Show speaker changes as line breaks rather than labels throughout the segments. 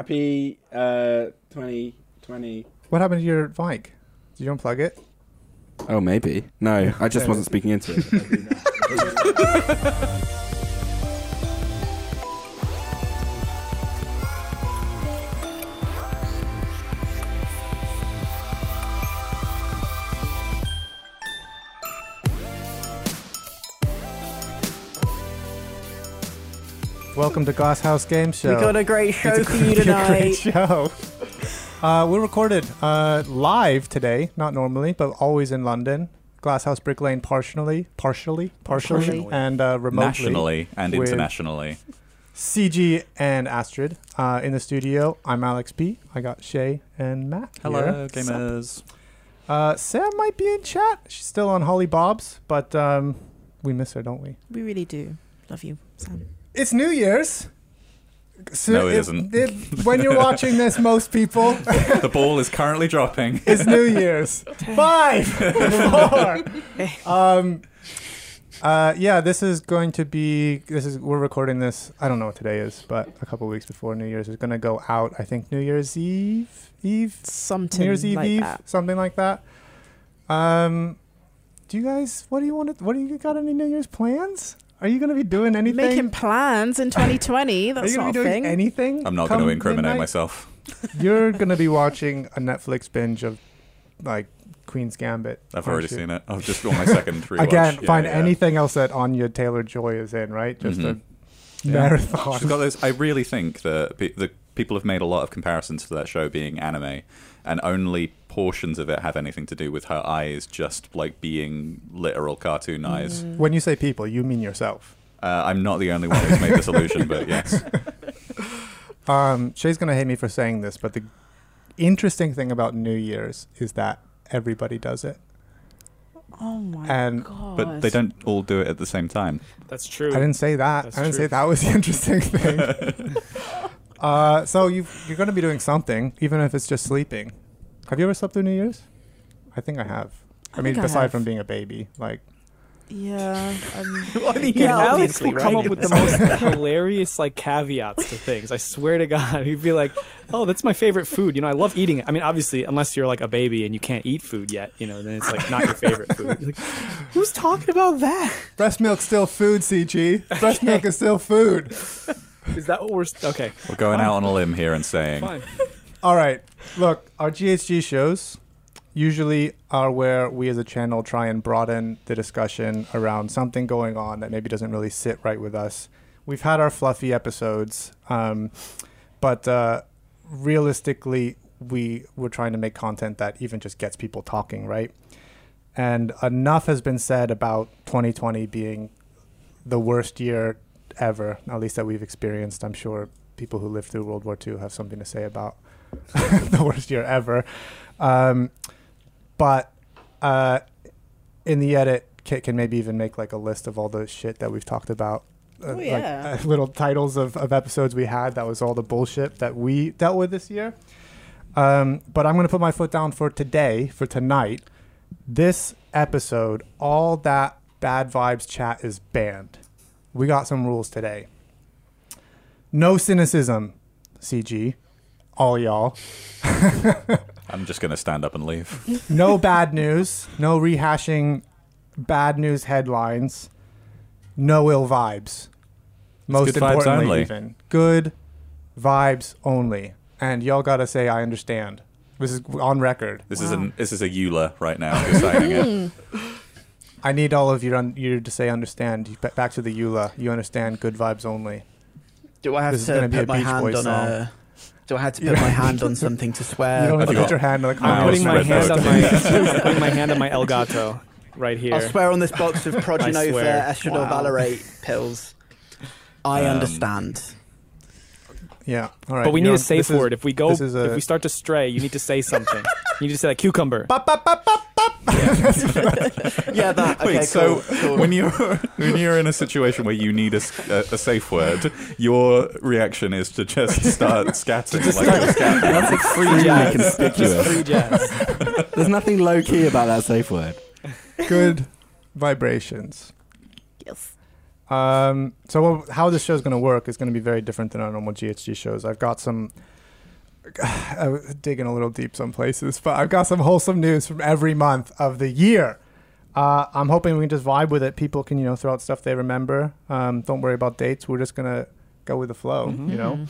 Happy uh, 2020.
What happened to your mic? Did you unplug it?
Oh, maybe. No, I just wasn't speaking into it.
Welcome to Glass House Game Show.
We got a great show
It's
for
gonna
you
be a great
tonight.
show. Uh, we recorded uh, live today, not normally, but always in London. Glasshouse Brick Lane, partially, partially, partially,
Partially.
and uh, remotely.
nationally and
with-
internationally.
CG and Astrid uh, in the studio. I'm Alex P. I got Shay and Matt. here.
Hello, gamers.
Uh, Sam might be in chat. She's still on Holly Bob's, but um, we miss her, don't we?
We really do love you, Sam.
It's New Year's. So
No, it
if-
isn't.
if- when you're watching this, most people,
the ball is currently dropping.
it's New Year's. Five, four. Um, uh, yeah, this is going to be. This is we're recording this. I don't know what today is, but a couple weeks before New Year's is going to go out. I think New Year's Eve, Eve,
Something
New Year's Eve,
like
Eve,
that.
something like that. Um, do you guys? What do you want? To, what do you got? Any New Year's plans? Are you going to be doing anything?
Making plans in 2020.
Are
That's
you
not
going
a
to be doing
thing.
anything?
I'm not going to
come
incriminate
midnight?
myself.
You're going to be watching a Netflix binge of like Queen's Gambit.
I've
aren't
already
you?
seen it. I've just got my second rewatch.
Again,
Yeah,
find
yeah.
anything else that Anya Taylor Joy is in, right? Just
Mhm.
a
Yeah.
marathon.
She's got those. I really think that pe- the people have made a lot of comparisons to that show being anime, and only portions of it have anything to do with her eyes just like being literal cartoon eyes.
when you say people, you mean yourself.
Uh, I'm not the only one who's made this illusion, but yes,
Um, Shay's going to hate me for saying this, but the interesting thing about New Year's is that everybody does it.
Oh my
And-
god!
but they don't all do it at the same time.
That's true.
I didn't say that.
That's
I didn't
true.
say that was the interesting thing. uh, so you you're going to be doing something, even if it's just sleeping. Have you ever slept through New Year's? I think I have. I,
I
mean,
think I
aside
have.
from being a baby, like
Yeah. Um,
yeah, Alex
obviously,
will come
right?
up with the most hilarious like caveats to things. I swear to God, he'd be like, "Oh, that's my favorite food. You know, I love eating it. I mean, obviously, unless you're like a baby and you can't eat food yet, you know, then it's like not your favorite food." You're like, Who's talking about that?
breast milk's still food. CG breast milk is still food.
Is that what we're st- okay?
We're going out on a limb here and saying
Fine.
All right. Look, our GHG shows usually are where we as a channel try and broaden the discussion around something going on that maybe doesn't really sit right with us. We've had our fluffy episodes, um, but uh, realistically, we we're trying to make content that even just gets people talking, right? And enough has been said about 2020 being the worst year ever, at least that we've experienced. I'm sure people who lived through World War II have something to say about the worst year ever. Um, but uh, in the edit, Kit can maybe even make like a list of all the shit that we've talked about. Uh,
Oh, yeah.
Like, uh, little titles of, of episodes we had. That was all the bullshit that we dealt with this year. Um, but I'm going to put my foot down for today, for tonight. This episode, all that bad vibes chat is banned. We got some rules today. No cynicism, CG, all y'all.
I'm just going to stand up and leave.
No bad news, no rehashing bad news headlines, no ill vibes. Most
good vibes
importantly,
only.
even good vibes only. And y'all gotta say, I understand. This is on record.
This is
Wow.
an this is a EULA right now. You're signing it.
I need all of you to, you to say understand. You- Back to the EULA. You understand good vibes only.
Do I have
This is
to
gonna
put
be a
my
Beach
hand
Boys
on a? Do I have to put
Yeah.
my hand on something to
Uh,
you don't
swear?
have to
forgot.
put your hand like,
Wow.
I'm putting my
Red
hand
note.
on my I'm putting my hand on my Elgato right here.
I'll swear on this box of Progynova
swear.
estradiol
Wow.
valerate pills. I
Um,
understand.
Yeah. All right.
But we need
you're on-
a safe
this is-
word. If we go,
this is a-
if we start to stray, you need to say something. you need to say like cucumber.
Bop, bop, bop, bop, bop.
Yeah, that. Okay,
Wait, so
cool, cool.
when you're when you're in a situation where you need a, s- a- a safe word, your reaction is to just start scattering like a scat.
That's like free
jazz.
conspicuous.
Free jazz.
There's nothing low key about that safe word.
Good vibrations.
yes.
Um, so what, how this show's going to work is going to be very different than our normal GHG shows. I've got some I was digging a little deep some places, but I've got some wholesome news from every month of the year. Uh, I'm hoping we can just vibe with it. People can, you know, throw out stuff they remember. Um, don't worry about dates. We're just gonna go with the flow, you know,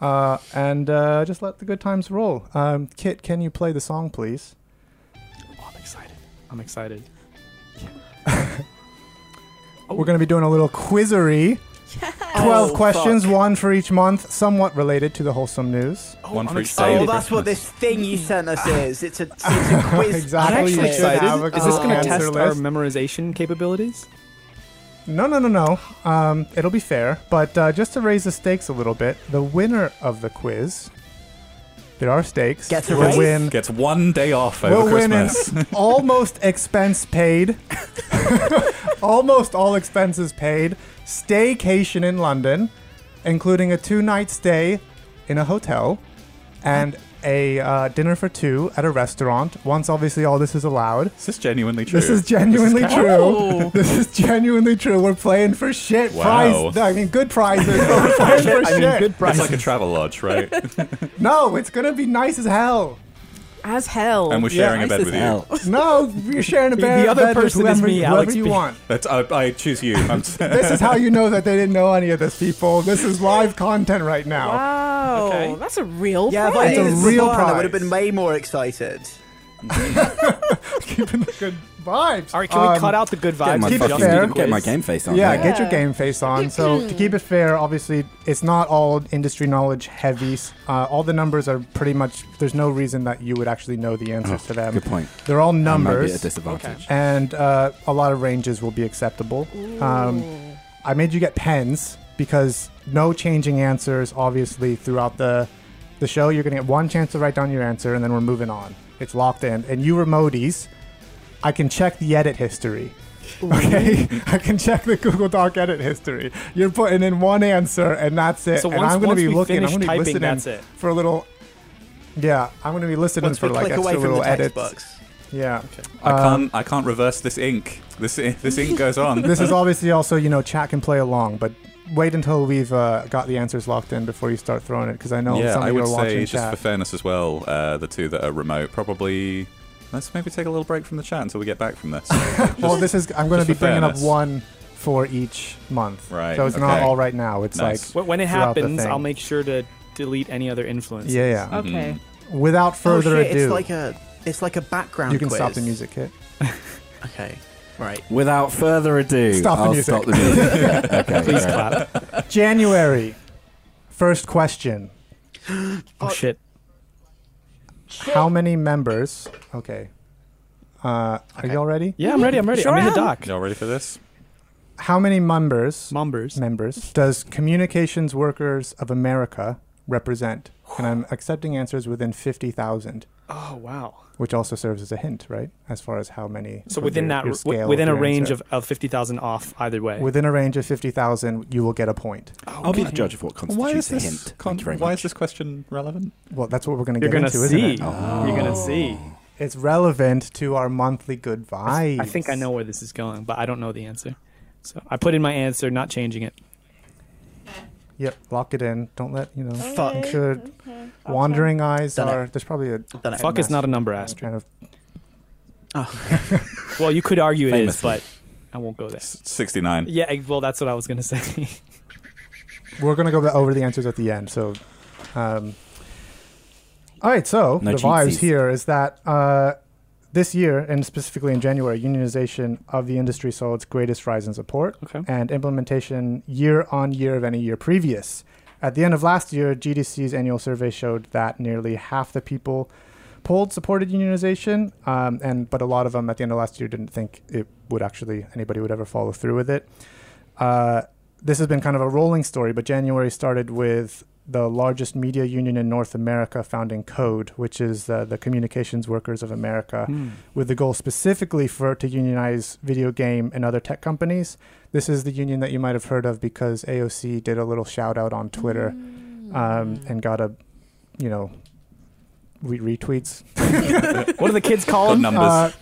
uh, and uh, just let the good times roll. Um, Kit, can you play the song, please?
Oh, I'm excited. I'm excited.
We're gonna be doing a little quizzery. Twelve
Oh,
questions,
fuck.
one for each month, somewhat related to the wholesome news.
Oh,
One
I'm
for each
excited.
Oh,
Excited
that's what this thing you sent us is. It's a, it's a quiz.
Exactly.
I'm actually
You should
excited.
have a
Is this going to
answer
test our
list.
memorization capabilities?
No, no, no, no. Um, it'll be fair. But uh, just to raise the stakes a little bit, the winner of the quiz, there are stakes.
Gets a
will
raise?
win.
Gets one day off over
will win an
Christmas.
almost expense paid. almost all expenses paid. Staycation in London, including a two-night stay in a hotel and a uh, dinner for two at a restaurant. Once, obviously, all this is allowed.
Is this genuinely true?
This is genuinely
This is
true. This is genuinely true. We're playing for shit.
Wow.
Prize. No, I mean, good prizes. but we're playing for
I
shit.
mean, good price.
It's like a travel lodge, right?
no, it's gonna be nice as hell.
As hell.
and we're sharing a
Nice
bed
as
with you.
hell.
No, you're sharing a
The-
bed.
the other
bed with
person is
whoever,
me,
whoever
Alex
you
B.
want.
That's, I, I choose you. I'm s-
This is how you know that they didn't know any of this, people. This is live content right now.
Wow.
Okay.
That's a real
Yeah, if I
prize.
knew
a
this
real
beforehand, I would have
prize.
been way more excited.
Keeping the good vibes.
All right, can we cut out the good
Um, Get
vibes?
my,
and
Keep it
fucking,
just do
fair.
the
get my
quiz?
game face on.
Yeah,
yeah.
get your game face on. So to keep it fair, obviously it's not all industry knowledge heavy. Uh, all the numbers are pretty much. There's no reason that you would actually know the answers to them.
Oh, Good point.
They're all
I might be at a
numbers,
disadvantage.
and uh, a lot of ranges will be acceptable. Um, I made you get pens because no changing answers, obviously, throughout the the show. You're gonna get one chance to write down your answer, and then we're moving on. It's locked in. And you remoties, I can check the edit history. Okay, I can check the Google Doc edit history. You're putting in one answer, and that's it.
So
and
once-
I'm gonna
once
be
we
looking. I'm
finish
gonna be
typing,
listening
that's it.
for a little. Yeah, I'm gonna be listening
Once
for
we
like
click away
extra
from
little
the
edits.
textbooks.
Yeah.
I
Um,
can't. I can't reverse this ink. This i- this ink goes on.
this is obviously also you know chat can play along but wait until we've uh, got the answers locked in before you start throwing it because i know
yeah,
some
I
of you
would
are watching
say just
chat
for fairness as well, uh, the two that are remote probably. Let's maybe take a little break from the chat until we get back from this.
well this is i'm going to
just
be
for
bringing
fairness.
up one for each month
Right,
so it's not
okay.
all right now it's
Nice.
like
Wh- When it
Throughout the
happens,
thing.
I'll make sure to delete any other influences.
yeah yeah
Mm-hmm.
Okay.
without further
oh, shit,
ado
it's like a it's like a background.
you can
quiz.
stop the music kit
Okay, right.
Without further ado,
Stop the
I'll
music.
stop the music. okay,
Please
great.
clap.
january first question
Oh shit.
how many members okay uh, are you all ready?
Yeah, I'm ready. I'm ready.
Sure
I'm in the
am.
doc.
Y'all ready for this?
How many members?
Mumbers.
members does Communications Workers of America represent? And I'm accepting answers within 50,000,
Oh wow.
which also serves as a hint, right? As far as how many.
So
from
within
your-
that,
your
w-
scale
within a
your
range
answer.
of, of fifty thousand off either way.
Within a range of 50,000, you will get a point.
I'll be the judge of what constitutes
Why is
a
this?
hint. Thank you very
why
much.
is this question relevant?
Well, that's what we're going to
You're
get
gonna
into,
see.
isn't it? Oh,
You're gonna
Oh.
see.
It's relevant to our monthly good vibes.
I think I know where this is going, but I don't know the answer. So I put in my answer, not changing it.
Yep, lock it in. Don't let, you know,
Fuck.
make sure wandering eyes
Done it.
are. There's probably a
Done it.
Fuck is not a number asterisk.
kind of.
Well, you could argue it is,
Famously.
but I won't go there.
Sixty-nine.
Yeah, I- well, that's what I was gonna say.
We're going to go over the answers at the end. So, um, all right. So
No
the
cheat
vibes
sheets.
here is that uh, this year, and specifically in January, unionization of the industry saw its greatest rise in support
Okay.
and implementation year on year of any year previous. At the end of last year, GDC's annual survey showed that nearly half the people polled supported unionization, um, and but a lot of them at the end of last year didn't think it would actually anybody would ever follow through with it. Uh, this has been kind of a rolling story, but January started with the largest media union in North America founding Code, which is uh, the Communications Workers of America, with the goal specifically for to unionize video game and other tech companies. This is the union that you might have heard of because AOC did a little shout out on Twitter
Mm.
um, and got a, you know, re- retweets.
what do the kids call
Good
them?
numbers.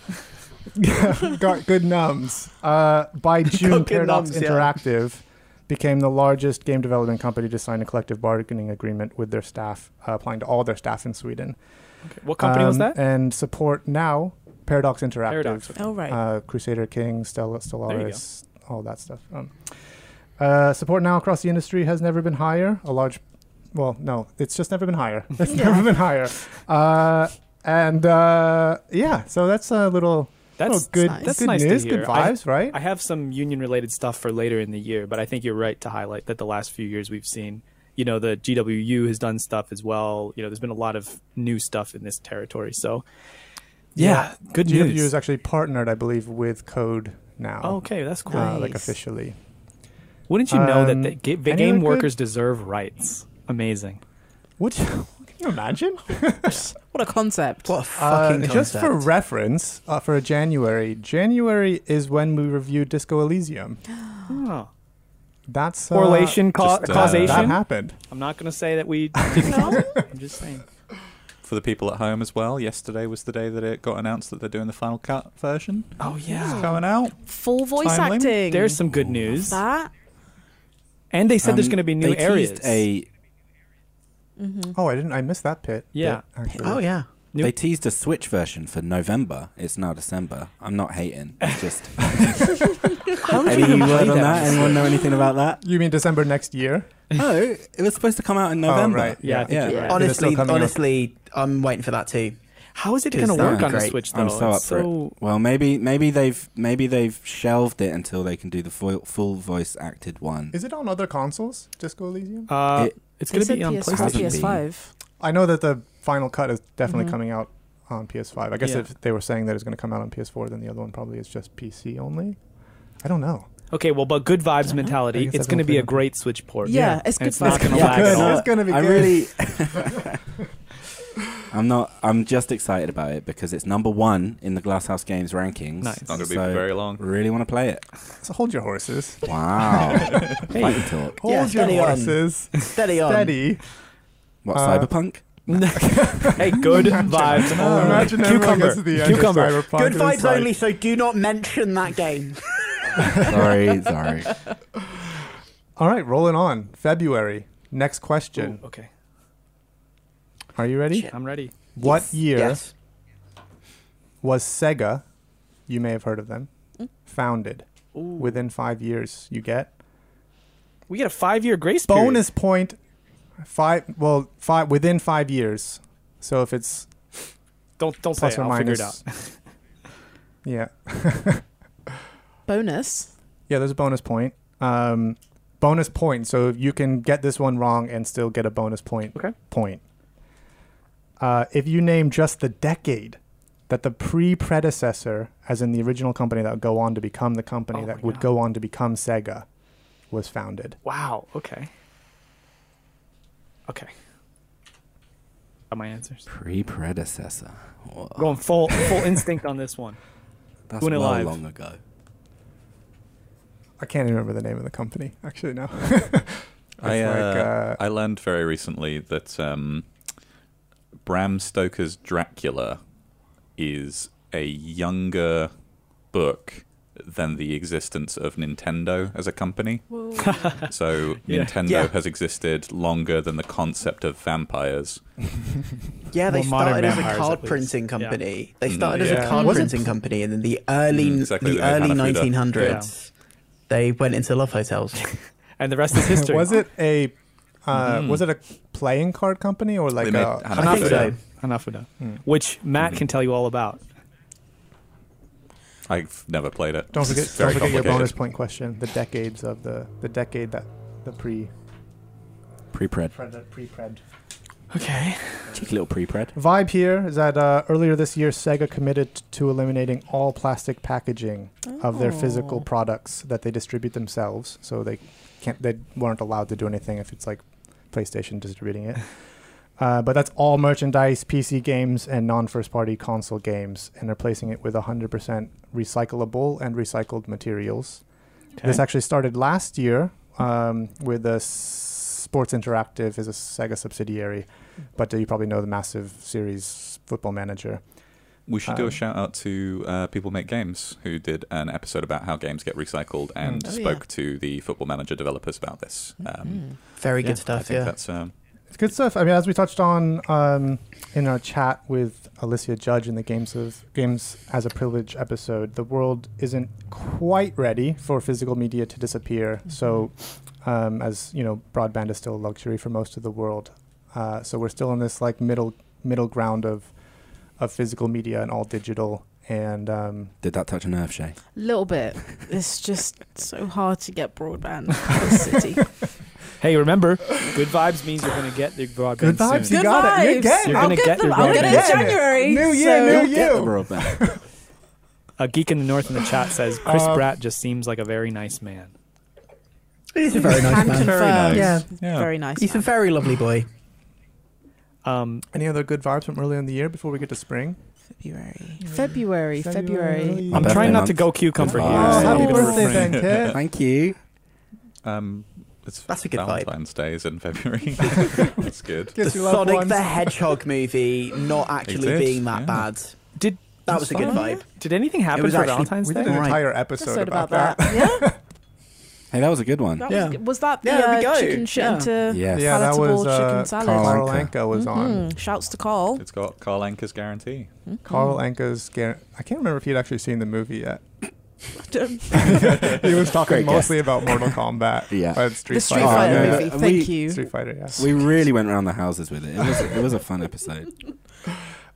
Uh, got good nums. Uh, by June,
good
Paradox
nums, yeah.
Interactive became the largest game development company to sign a collective bargaining agreement with their staff, uh, applying to all their staff in Sweden.
What company was
Um,
that?
And support now Paradox Interactive,
Paradox. okay.
Oh, right.
uh, Crusader King, Stella,
There you
Stellaris, all that stuff. Um, uh, support now across the industry has never been higher. A large, well, no, it's just never been higher. It's never been higher. Uh, and uh, yeah, so that's a little,
That's
little good,
nice.
That's
good
nice to
news,
hear.
good
I-
vibes, right?
I have some union related stuff for later in the year, but I think you're right to highlight that the last few years we've seen, you know, the GWU has done stuff as well. You know, there's been a lot of new stuff in this territory. So, yeah, good
GWU
news.
is actually partnered, I believe, with Code now.
okay, that's cool.
Uh, like
Nice.
officially.
Wouldn't you know
Um,
that they, ga- the
anyone
game
good?
workers deserve rights? Amazing.
Which, can you imagine?
what a concept.
What a
Uh,
fucking
just for
concept.
reference, uh, for January, January is when we review Disco Elysium.
Oh.
That's uh,
Correlation, ca-
Just, uh,
That
causation.
happened.
I'm not going to say that we didn't. I'm just saying.
For the people at home as well, yesterday was the day that it got announced that they're doing the Final Cut version.
Oh, yeah.
Ah.
It's coming out.
Full voice
Time limit?
acting.
There's some good news.
that.
And they said there's
Um,
going to be new
they
areas.
Teased a,
Oh, I didn't. I missed that pit.
Yeah.
bit, actually.
Oh yeah.
New-
They teased a Switch version for November. It's now December. I'm not hating. It's just any word on that? Anyone know anything about that?
You mean December next year? Oh,
No, Oh, it was supposed to come out in November.
right.
Yeah, I think
Yeah.
you're right.
Honest-
Honestly,
coming up.
honestly, I'm waiting for that too.
How is it
Is
going to
that
work on the
great?
Switch, though?
I'm so up
It's
for
so-
it. Well, maybe maybe they've maybe they've shelved it until they can do the full, full voice acted one.
Is it on other consoles? Disco Elysium.
Uh,
It-
it's going
Is
to
it
be on
PS4,
PlayStation.
Hasn't been.
PS5.
I know that the final cut is definitely
Mhm.
coming out on PS5. I guess
Mm-hmm. Yeah.
if they were saying that it's going to come out on PS4, then the other one probably is just PC only. I don't know.
Okay, well, but good vibes
I
mentality.
guess
It's
I
going to
don't
be a
think-
great Switch port.
Yeah, it's
And
good
It's not
vibes.
going to
Yeah,
lag
good.
at
No,
all.
it's gonna be
I
good.
really. I'm not. I'm just excited about it because it's number one in the Glasshouse Games rankings.
Nice.
It's not going to be
So,
very long.
Really want to play it.
So hold your horses.
Wow. Fighting talk.
Hold
Yeah,
your
steady on.
horses.
Steady on.
Steady.
What
Uh,
cyberpunk?
hey, good vibes. only.
Imagine everyone
cucumber.
gets to the end of
cucumber.
Cyberpunk
Good
and it's
vibes
like-
only. So do not mention that game.
sorry, sorry.
All right, rolling on. February. Next question.
Ooh, okay,
Are you ready?
Shit.
I'm ready.
What year
Yes.
was Sega, you may have heard of them,
Hmm?
founded?
With
Within five years, you get
we get a five-year grace period.
bonus point. Five. Well, five within five years. So if it's
Don't don't say
plus
it.
or
I'll
minus,
figure it out.
yeah,
Bonus.
yeah. There's a bonus point. Um, bonus point. So you can get this one wrong and still get a bonus point.
Okay.
Point. Uh, if you name just the decade that the pre predecessor, as in the original company that would go on to become the company
Oh
that
my
would
God.
go on to become Sega, was founded.
Wow. Okay. Okay. Got my answers.
Pre predecessor. Whoa,
Going full full instinct on this one.
That's
doing it
well
live.
long ago.
I can't even remember the name of the company actually now.
I,
It's like,
uh,
uh,
I learned very recently that um, Bram Stoker's Dracula is a younger book than the existence of Nintendo as a company. Um, So
Yeah.
Nintendo
Yeah.
has existed longer than the concept of vampires.
Yeah, they
Well, modern
started as a
vampires,
card
at least.
printing
Yeah.
company. They
Mm,
started as
yeah.
a card
Was it-
printing company, and then the early
Mm, exactly,
the
they had
early
Hanafuda.
1900s, they went into love hotels.
And the rest is history.
was it a uh,
Mhm.
was it a playing card company or like
They made
a
Hanafuda.
I think so.
Hanafuda,
Hmm.
which Matt can tell you all about.
I've never played it.
Don't
It's
forget don't
very
forget your bonus
complicated.
point question. The decades of the the decade that the pre
Pre pred.
pre pred
Okay.
Cheeky little pre pred.
vibe here is that uh, earlier this year Sega committed to eliminating all plastic packaging of their physical
Oh.
products that they distribute themselves. So they can't they weren't allowed to do anything if it's like PlayStation distributing it. Uh, but that's all merchandise, PC games, and non-first-party console games, and replacing it with 100% recyclable and recycled materials.
Okay.
This actually started last year um, with a Sports Interactive is a Sega subsidiary, but you probably know the massive series Football Manager.
we should do
Um,
a shout out to uh, People Make Games, who did an episode about how games get recycled and
Mm.
Oh,
spoke
yeah.
to the football manager developers about this. Um,
Mm.
Very
yeah,
good
I
stuff.
think
Yeah.
that's um,
It's good stuff. I mean, as we touched on um, in our chat with Alicia Judge in the Games of Games as a Privilege episode, the world isn't quite ready for physical media to disappear. So, um, as you know, broadband is still a luxury for most of the world. Uh, so we're still in this like middle middle ground of of physical media and all digital. And um,
Did that touch a nerve, Shay?
A little bit. It's just so hard to get broadband in the city.
Hey, remember, good vibes means you're gonna get the broadband.
Good vibes,
soon.
You got it. You get it.
You're
I'll
gonna
get,
get
them.
your
I'll get it
broadband.
in
Yeah.
January.
New year,
so-
new
You'll get the
you.
broadband.
A geek in the north in the chat says Chris
Um,
Pratt just seems like a very nice man.
He's a very nice
Can
man.
confirm.
nice.
Yeah.
yeah.
Very nice.
He's a
man.
very lovely boy.
Um,
any other good vibes from earlier in the year before we get to spring?
February. February. February.
My
I'm
birthday
trying not to
month.
go cucumber
Oh,
here.
Yeah.
Oh,
so
happy
I'm gonna
birthday,
refrain.
then, kid.
Thank you.
Um, it's
That's a good vibe.
Valentine's Day is in February. That's good.
Guess
the
you loved
Sonic
ones.
the Hedgehog movie not actually
did,
being that
yeah.
bad.
Did
That was a good
Sonic?
vibe.
Did anything happen
was
for
actually-
Valentine's
We
Day?
did an
Right.
entire
Just
episode
thought
about,
about,
that.
that. yeah.
Hey, that was a good one.
That
Yeah.
was, good. was that the
Yeah, there we
uh,
go.
chicken shit
Yeah.
into
Yes.
Yeah, that was
palatable
uh,
chicken salad?
Carl
Anka.
Anka was on.
Mhm. Shouts to Carl.
It's got Carl Anker's guarantee.
Carl Anka's. Gar- I can't remember if he'd actually seen the movie yet.
the
he was talking
Great
mostly about Mortal Kombat.
Yeah.
but Street
Street
Fighter. Oh,
Fighter
Fighter
yeah.
movie.
We-
Thank you.
Street Fighter, yeah.
We really went around the houses with it. It was it was a fun episode.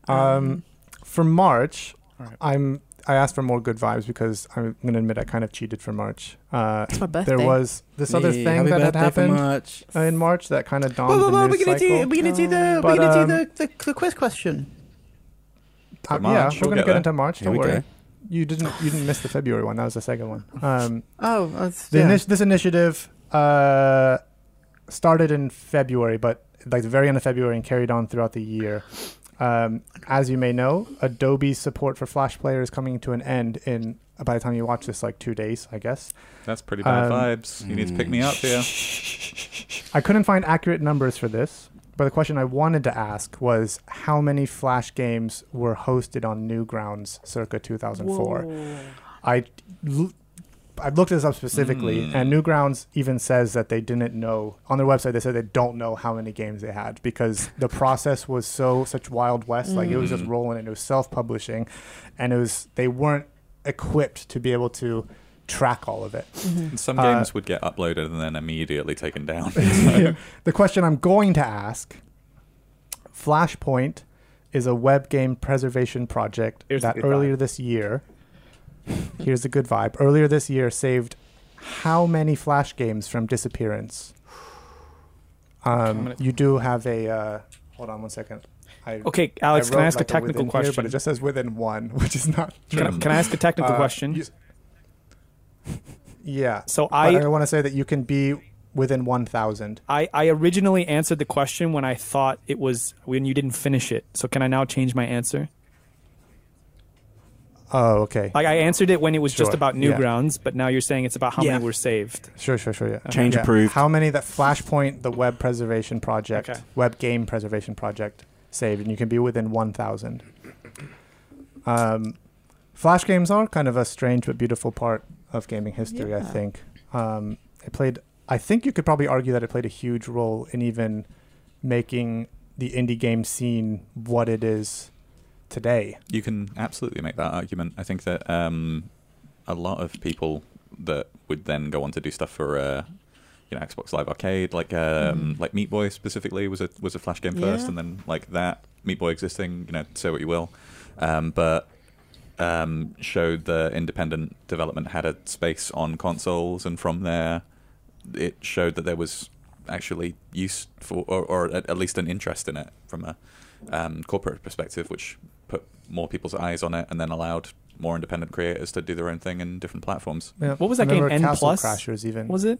Um, for March,
All right.
I'm. I asked for more good vibes because I'm going to admit I kind of cheated for March. Uh,
It's my birthday.
there was this other
Yay,
thing
happy
that had
birthday for
happened
March.
uh, in March that kind of dawned
Well, well, well,
the
we're
news
gonna
cycle.
do we're gonna do the
But,
we're gonna
um,
do the, the the quiz question.
Uh,
For
yeah,
March,
we're
we'll
going to
get
get
there.
into March.
Here
Don't
we
worry.
go.
You didn't. You didn't miss the February one. That was the second one. Um,
Oh, that's,
The
yeah.
init- this initiative uh, started in February, but like the very end of February and carried on throughout the year. Um, as you may know, Adobe's support for Flash Player is coming to an end in by the time you watch this, like two days, I guess.
That's pretty
Um,
bad vibes. You need to pick me up here.
I couldn't find accurate numbers for this, but the question I wanted to ask was how many Flash games were hosted on Newgrounds circa 2004. I l- I've looked this up specifically,
Mm.
and Newgrounds even says that they didn't know on their website. They said they don't know how many games they had because the process was so such wild west. Like it was just
Mm.
rolling, and it was self-publishing, and it was they weren't equipped to be able to track all of it.
And some
Uh,
games would get uploaded and then immediately taken down.
the question I'm going to ask: Flashpoint is a web game preservation project
Here's the
that
good
earlier this year. Here's a good vibe. Earlier this year, saved how many Flash games from disappearance?
I'm
Um,
gonna-
you do have a. Uh, hold on one second. I,
Okay,
I
Alex, can I
wrote,
ask
like,
a technical
within here,
question?
but it just says within one, which is not true.
can, I, can I ask a technical
Uh,
question?
you- yeah.
so
I,
I,
I want to say that you can be within 1,000.
I I originally answered the question when I thought it was when you didn't finish it. So can I now change my answer?
Oh, okay.
Like I answered it when it was
Sure,
just about
yeah.
Newgrounds, but now you're saying it's about how
Yeah.
many were saved.
Sure, sure, sure. Yeah.
Change
Yeah.
approved.
How many that Flashpoint, the web preservation project,
Okay.
web game preservation project, saved, and you can be within one thousand. Um, Flash games are kind of a strange but beautiful part of gaming history. I
Yeah.
think um, it played. I think you could probably argue that it played a huge role in even making the indie game scene what it is today.
You can absolutely make that argument. I think that um, a lot of people that would then go on to do stuff for uh, you know Xbox Live Arcade, like um,
Mm.
like Meat Boy specifically, was a was a flash game first,
Yeah.
and then like that Meat Boy existing. You know, say what you will, um, but um, showed the independent development had a space on consoles, and from there, it showed that there was actually use for, or, or at at least an interest in it from a um, corporate perspective, which put more people's eyes on it, and then allowed more independent creators to do their own thing in different platforms.
What was that
I remember
game, N
Castle
plus?
Crashers even
Was it?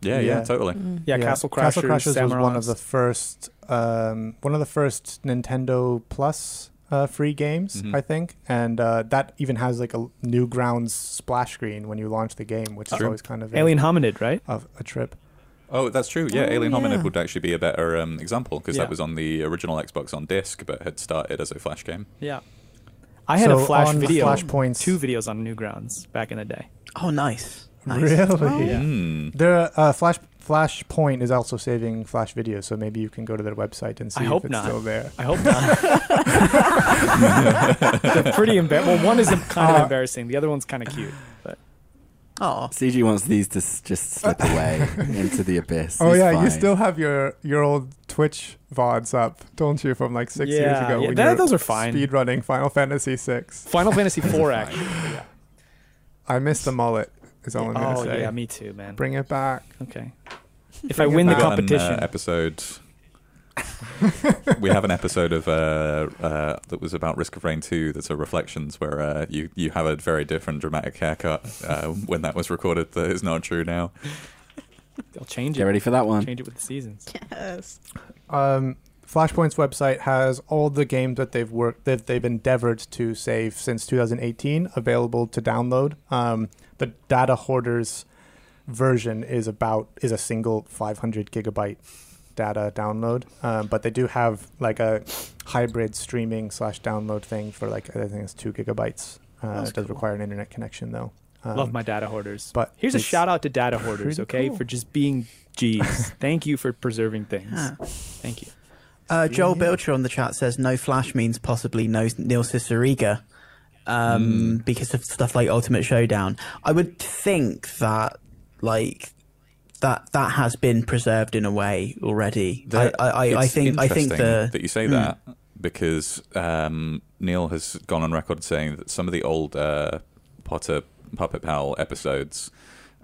Yeah, yeah,
Yeah.
Mm-hmm.
totally.
Mm.
Yeah, Castle Crashers.
Castle Crashers was one of
Samurai's.
the first, um, one of the first Nintendo Plus uh, free games,
Mhm.
I think, and uh, that even has like a Newgrounds splash screen when you launch the game, which is
True.
always kind of a,
Alien Hominid, right?
of a trip.
Oh, that's true. Yeah,
Oh,
Alien
yeah.
Hominid would actually be a better um, example because
Yeah.
that was on the original Xbox on disc, but had started as a flash game.
Yeah. I had
So
a flash
on
video,
Flashpoints-
two videos on Newgrounds back in the day.
Oh, nice. nice.
Really?
Oh, Yeah.
Hmm.
Their uh, Flash Flashpoint is also saving Flash videos, so maybe you can go to their website and see
I hope
if it's
not.
still there.
I hope not. They're pretty embarrassing. Well, one is kind
Uh,
of embarrassing. The other one's kind of cute. But
Oh,
CG wants these to s- just slip away into the abyss.
Oh
He's
yeah, you
fine.
still have your your old Twitch vods up, don't you? From like six years
Yeah,
ago.
yeah,
when
that-
you were
those are fine.
Speed running Final Fantasy VI.
Final Fantasy
Those
IV,
are
actually. Yeah.
I miss the mullet. Is all I'm gonna
Oh
say.
yeah, me too, man.
Bring it back.
Okay. If I
Bring it
win the
We've got an, uh,
competition,
episode. we have an episode of uh, uh, that was about Risk of Rain Two. That's a reflections where uh, you you have a very different dramatic haircut uh, when that was recorded. That is not true now.
I'll change
Get
it.
ready for that one.
Change it with the seasons.
Yes.
Um, Flashpoint's website has all the games that they've worked that they've endeavored to save since 2018 available to download. Um, the data hoarders version is about is a single 500 gigabyte data download, um, but they do have like a hybrid streaming slash download thing for like I think it's two gigabytes. Uh,
That's
it does
cool.
require an internet connection though. Um,
Love my data hoarders.
but
Here's a
it's
shout out to data hoarders,
pretty
okay,
cool.
for just being G's. Thank you for preserving things. Thank you.
Uh, Joel Bilcher on the chat says no flash means possibly no Neil Cicerega
Hmm.
um, because of stuff like Ultimate Showdown. I would think that like that that has been preserved in a way already.
That-
I, I, I, I
it's
think I think
interesting
the Hmm.
that you say that because um, Neil has gone on record saying that some of the old uh, Potter Puppet Pal episodes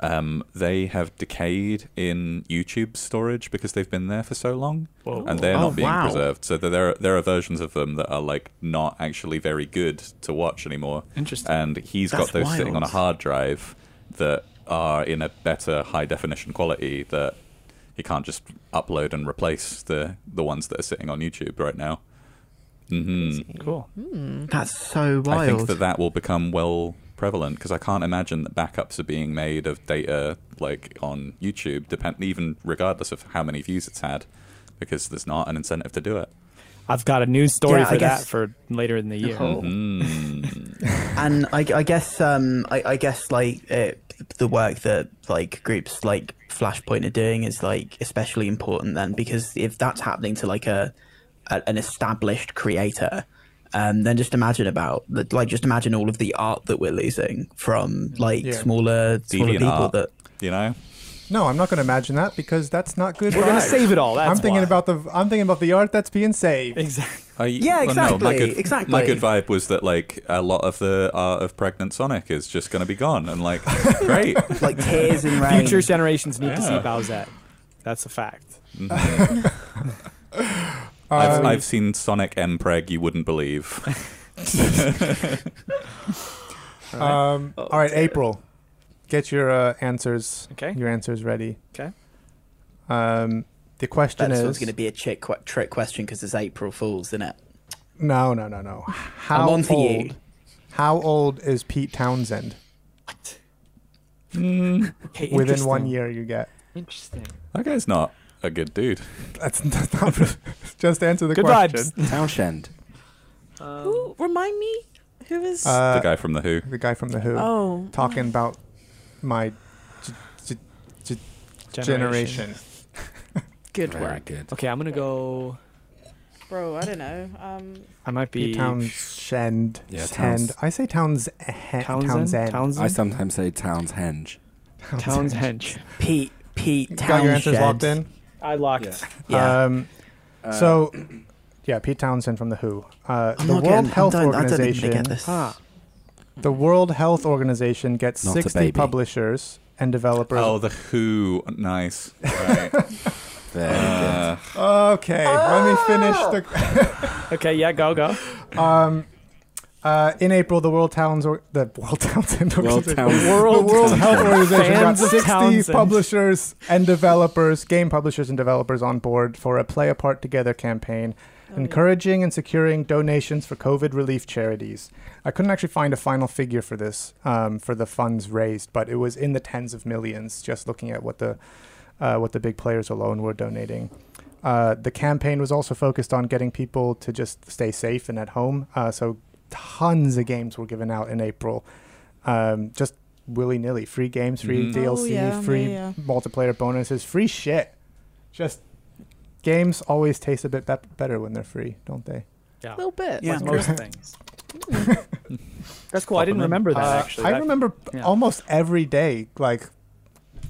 um, they have decayed in YouTube storage because they've been there for so long,
Whoa.
and they're
Oh,
not being
wow.
preserved. So that there are, there are versions of them that are like not actually very good to watch anymore.
Interesting.
And he's
That's
got those sitting on
wild.
a hard drive that are in a better high definition quality that he can't just upload and replace the the ones that are sitting on YouTube right now. hmm
Cool.
that's so wild.
I think that that will become well prevalent because I can't imagine that backups are being made of data like on YouTube, depend even regardless of how many views it's had, because there's not an incentive to do it.
I've got a news story
Yeah, I
for that
guess-
for later in the year.
Oh.
Mm.
and I, I guess um I, I guess like uh the work that like groups like Flashpoint are doing is like especially important then because if that's happening to like a, a an established creator, um then just imagine about like just imagine all of the art that we're losing from like
Yeah.
smaller smaller
Deviant
people
art.
that
you know,
No, I'm not going to imagine that because that's not good.
We're gonna
vibes.
save it all. That's
I'm thinking
why.
about the I'm thinking about the art that's being saved.
exactly.
I,
Yeah,
my
exactly,
good, My
exactly.
good vibe was that like a lot of the art of Pregnant Sonic is just going to be gone, and like, great.
like tears and rain.
Future generations need to see
Yeah.
Bowsette. That's a fact.
I've,
Um,
Mm-hmm. I've seen Sonic M Preg you wouldn't believe.
Um, all right, April, get your uh, answers.
Okay.
Your answers ready.
Okay.
Um, the question
That's
is
going to be a trick qu- trick question because it's April Fools, isn't it?
no, no, no, no. How
on for you.
old? How old is Pete Townsend?
Okay,
Within one
interesting.
year, you get.
Interesting.
that guy's not a good dude.
That's, that's not. just answer the
Good
question.
vibes.
Townshend.
Who? Remind me. Who is?
Uh,
the guy from the Who.
the guy from the Who
oh,
talking about my g- g- generation.
Good
Very
work,
good.
Okay, I'm gonna go.
bro. I don't know. Um,
I might be
Pete Townsend.
Yeah,
Towns- I say Towns. Townsend.
Townsend.
I
Townsend.
sometimes say Townshenge.
Townsend.
Pete Pete
Got your answers
Townshend.
locked in.
I locked.
Yeah. Uh,
Yeah.
Um, so, yeah, Pete Townsend from the WHO. Uh,
Uh, I'm
the World
not getting- I
Health
don't- I don't even
Organization.
get this.
Ah.
The World Health Organization gets
Not a
60
baby.
publishers and developers.
Oh, the Who. Nice. Right.
Very
Uh,
Oh.
Okay, let me finish the.
Okay. Yeah. Go. Go.
Um, uh, in April, the World Towns or the World Townsend
World
Organization-
Towns-
the World, Health Organization got
Fans of
60
Townsend.
publishers and developers, game publishers and developers on board for a Play Apart Together campaign,
Oh, um,
encouraging and securing donations for COVID relief charities. I couldn't actually find a final figure for this, um, for the funds raised, but it was in the tens of millions. Just looking at what the uh, what the big players alone were donating. Uh, the campaign was also focused on getting people to just stay safe and at home. Uh, so tons of games were given out in April, um, just willy nilly, free games, free
Mhm.
Oh,
DLC,
yeah,
free
yeah, yeah.
multiplayer bonuses, free shit. Just games always taste a bit be- better when they're free, don't they?
A
Yeah.
little bit.
Yeah.
Like most things. That's cool. I didn't
Supplement.
remember that
Uh,
actually.
I
That-
remember
yeah.
almost every day, like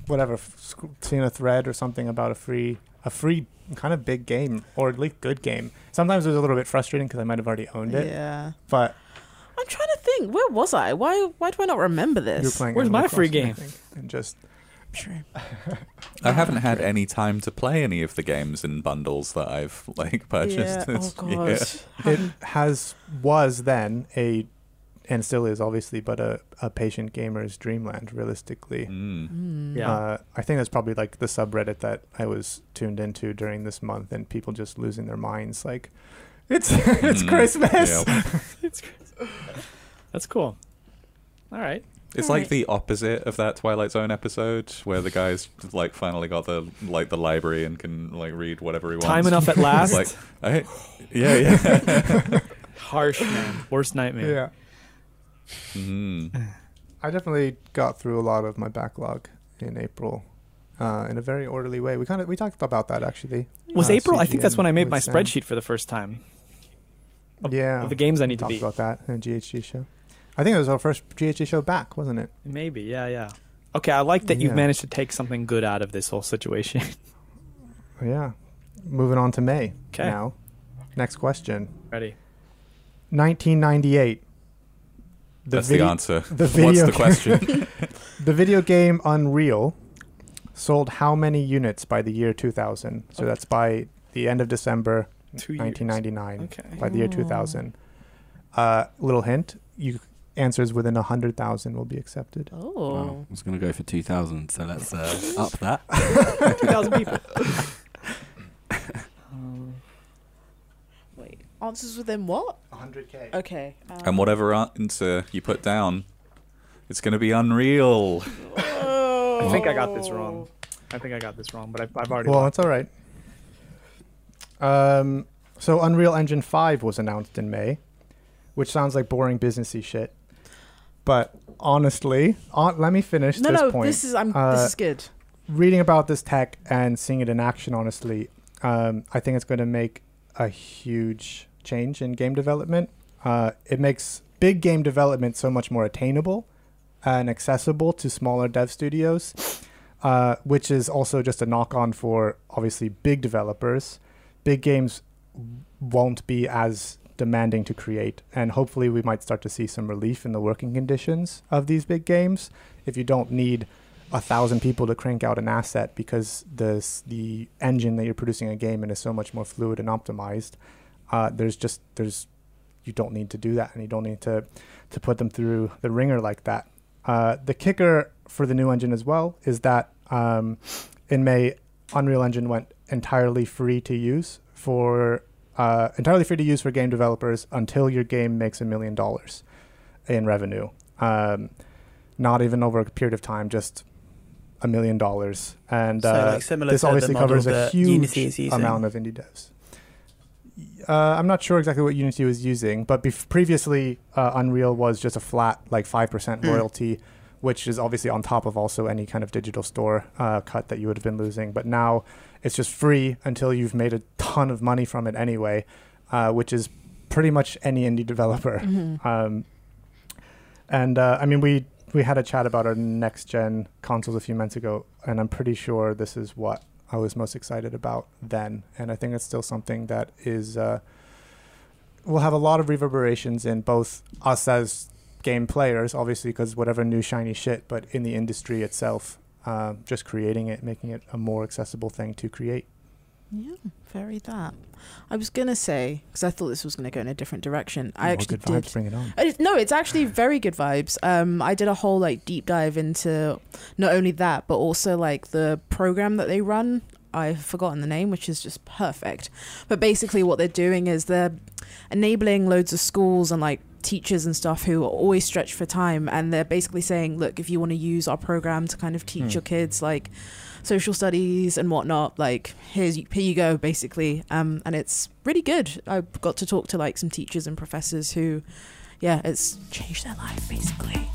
whatever, f- sc- seeing a thread or something about a free, a free kind of big game or at least good game. Sometimes it was a little bit frustrating because I might have already owned it,
Yeah.
but
I'm trying to think. Where was I? Why? Why do I not remember this?
you're playing.
Where's
Animal
my free
Crossing, I
game?
think, And just
True.
I haven't had any time to play any of the games in bundles that I've like
Yeah.
purchased
Oh
this year.
gosh.
it has was then a, and still is obviously, but a, a patient gamer's dreamland. Realistically,
Mm.
Yeah.
Uh, I think that's probably like the subreddit that I was tuned into during this month, and people just losing their minds. Like, it's it's
Mm.
Christmas.
Yeah.
That's cool. All right.
It's
Alright.
like the opposite of that Twilight Zone episode where the guys like finally got the like the library and can like read whatever he wants.
Time enough at
It's
last.
like, I, yeah, yeah.
Harsh man. Worst nightmare.
yeah,
Mm.
I definitely got through a lot of my backlog in April. Uh, in a very orderly way. We kind of we talked about that actually.
Was
Uh,
April? I think that's when I made
CGN
my
with Sam.
spreadsheet for the first time. Of-
yeah,
Of the games I need to
talked
beat.
about that in a GHG show. I think it was our first GHG show back, wasn't it?
Maybe. Yeah. Yeah. Okay. I like that
Yeah.
you've managed to take something good out of this whole situation.
Yeah. Moving on to May
'Kay.
now. Next question.
Ready?
1998. The
That's
video-
the answer.
the
What's
video
the question?
The video game Unreal sold how many units by the year 2000? So that's by the end of December
Two years.
1999.
Okay.
By the year
Oh.
2000. Uh, little hint: you answers within 100,000 will be accepted.
Wow,
Oh.
I was going to go for 2,000, so let's uh, up that.
Two thousand people.
Wait. Answers within what?
100k.
Okay. Um,
and whatever answer you put down, it's going to be unreal.
I think I got this wrong. I think I got this wrong, but I've, I've already.
Well, it's all right. Um, so Unreal Engine 5 was announced in May, which sounds like boring businessy shit. But honestly, on, let me finish
No,
this
no.
point.
This is. I'm.
Uh,
this is good.
Reading about this tech and seeing it in action, honestly, um, I think it's going to make a huge change in game development. Uh, it makes big game development so much more attainable and accessible to smaller dev studios uh, which is also just a knock on for obviously big developers. Big games won't be as demanding to create, and hopefully, we might start to see some relief in the working conditions of these big games. If you don't need a thousand people to crank out an asset because the s- the engine that you're producing a game in is so much more fluid and optimized, uh, there's just there's you don't need to do that, and you don't need to to put them through the ringer like that. Uh, the kicker for the new engine as well is that um, in May, Unreal Engine went entirely free to use for uh, entirely free to use for game developers until your game makes a million dollars in revenue. Um, not even over a period of time, just a million dollars, and
So,
uh,
like, similar
this
to the
obviously
model
covers a
that Unity is
huge
using.
amount of indie devs. Uh, I'm not sure exactly what Unity was using, but bef- previously uh, Unreal was just a flat like five percent
Mm.
royalty, which is obviously on top of also any kind of digital store uh, cut that you would have been losing. But now it's just free until you've made a ton of money from it anyway, uh, which is pretty much any indie developer. Um, and uh, I mean, we we had a chat about our next gen consoles a few months ago, and I'm pretty sure this is what I was most excited about then, and I think it's still something that is uh, will have a lot of reverberations in both us as game players, obviously, because whatever new shiny shit, but in the industry itself, um, just creating it, making it a more accessible thing to create.
Yeah, very that. I was gonna say because I thought this was gonna go in a different direction. I
Well,
actually
good vibes,
did.
bring it on.
I did- no, it's actually very good vibes. Um, I did a whole like deep dive into not only that, but also like the program that they run. I've forgotten the name, which is just perfect. But basically, what they're doing is they're enabling loads of schools and like teachers and stuff who are always stretched for time. And they're basically saying, look, if you want to use our program to kind of teach
Hmm.
your kids like social studies and whatnot, like here's here you go, basically. Um, and it's really good. I got to talk to like some teachers and professors who yeah, it's changed their life basically.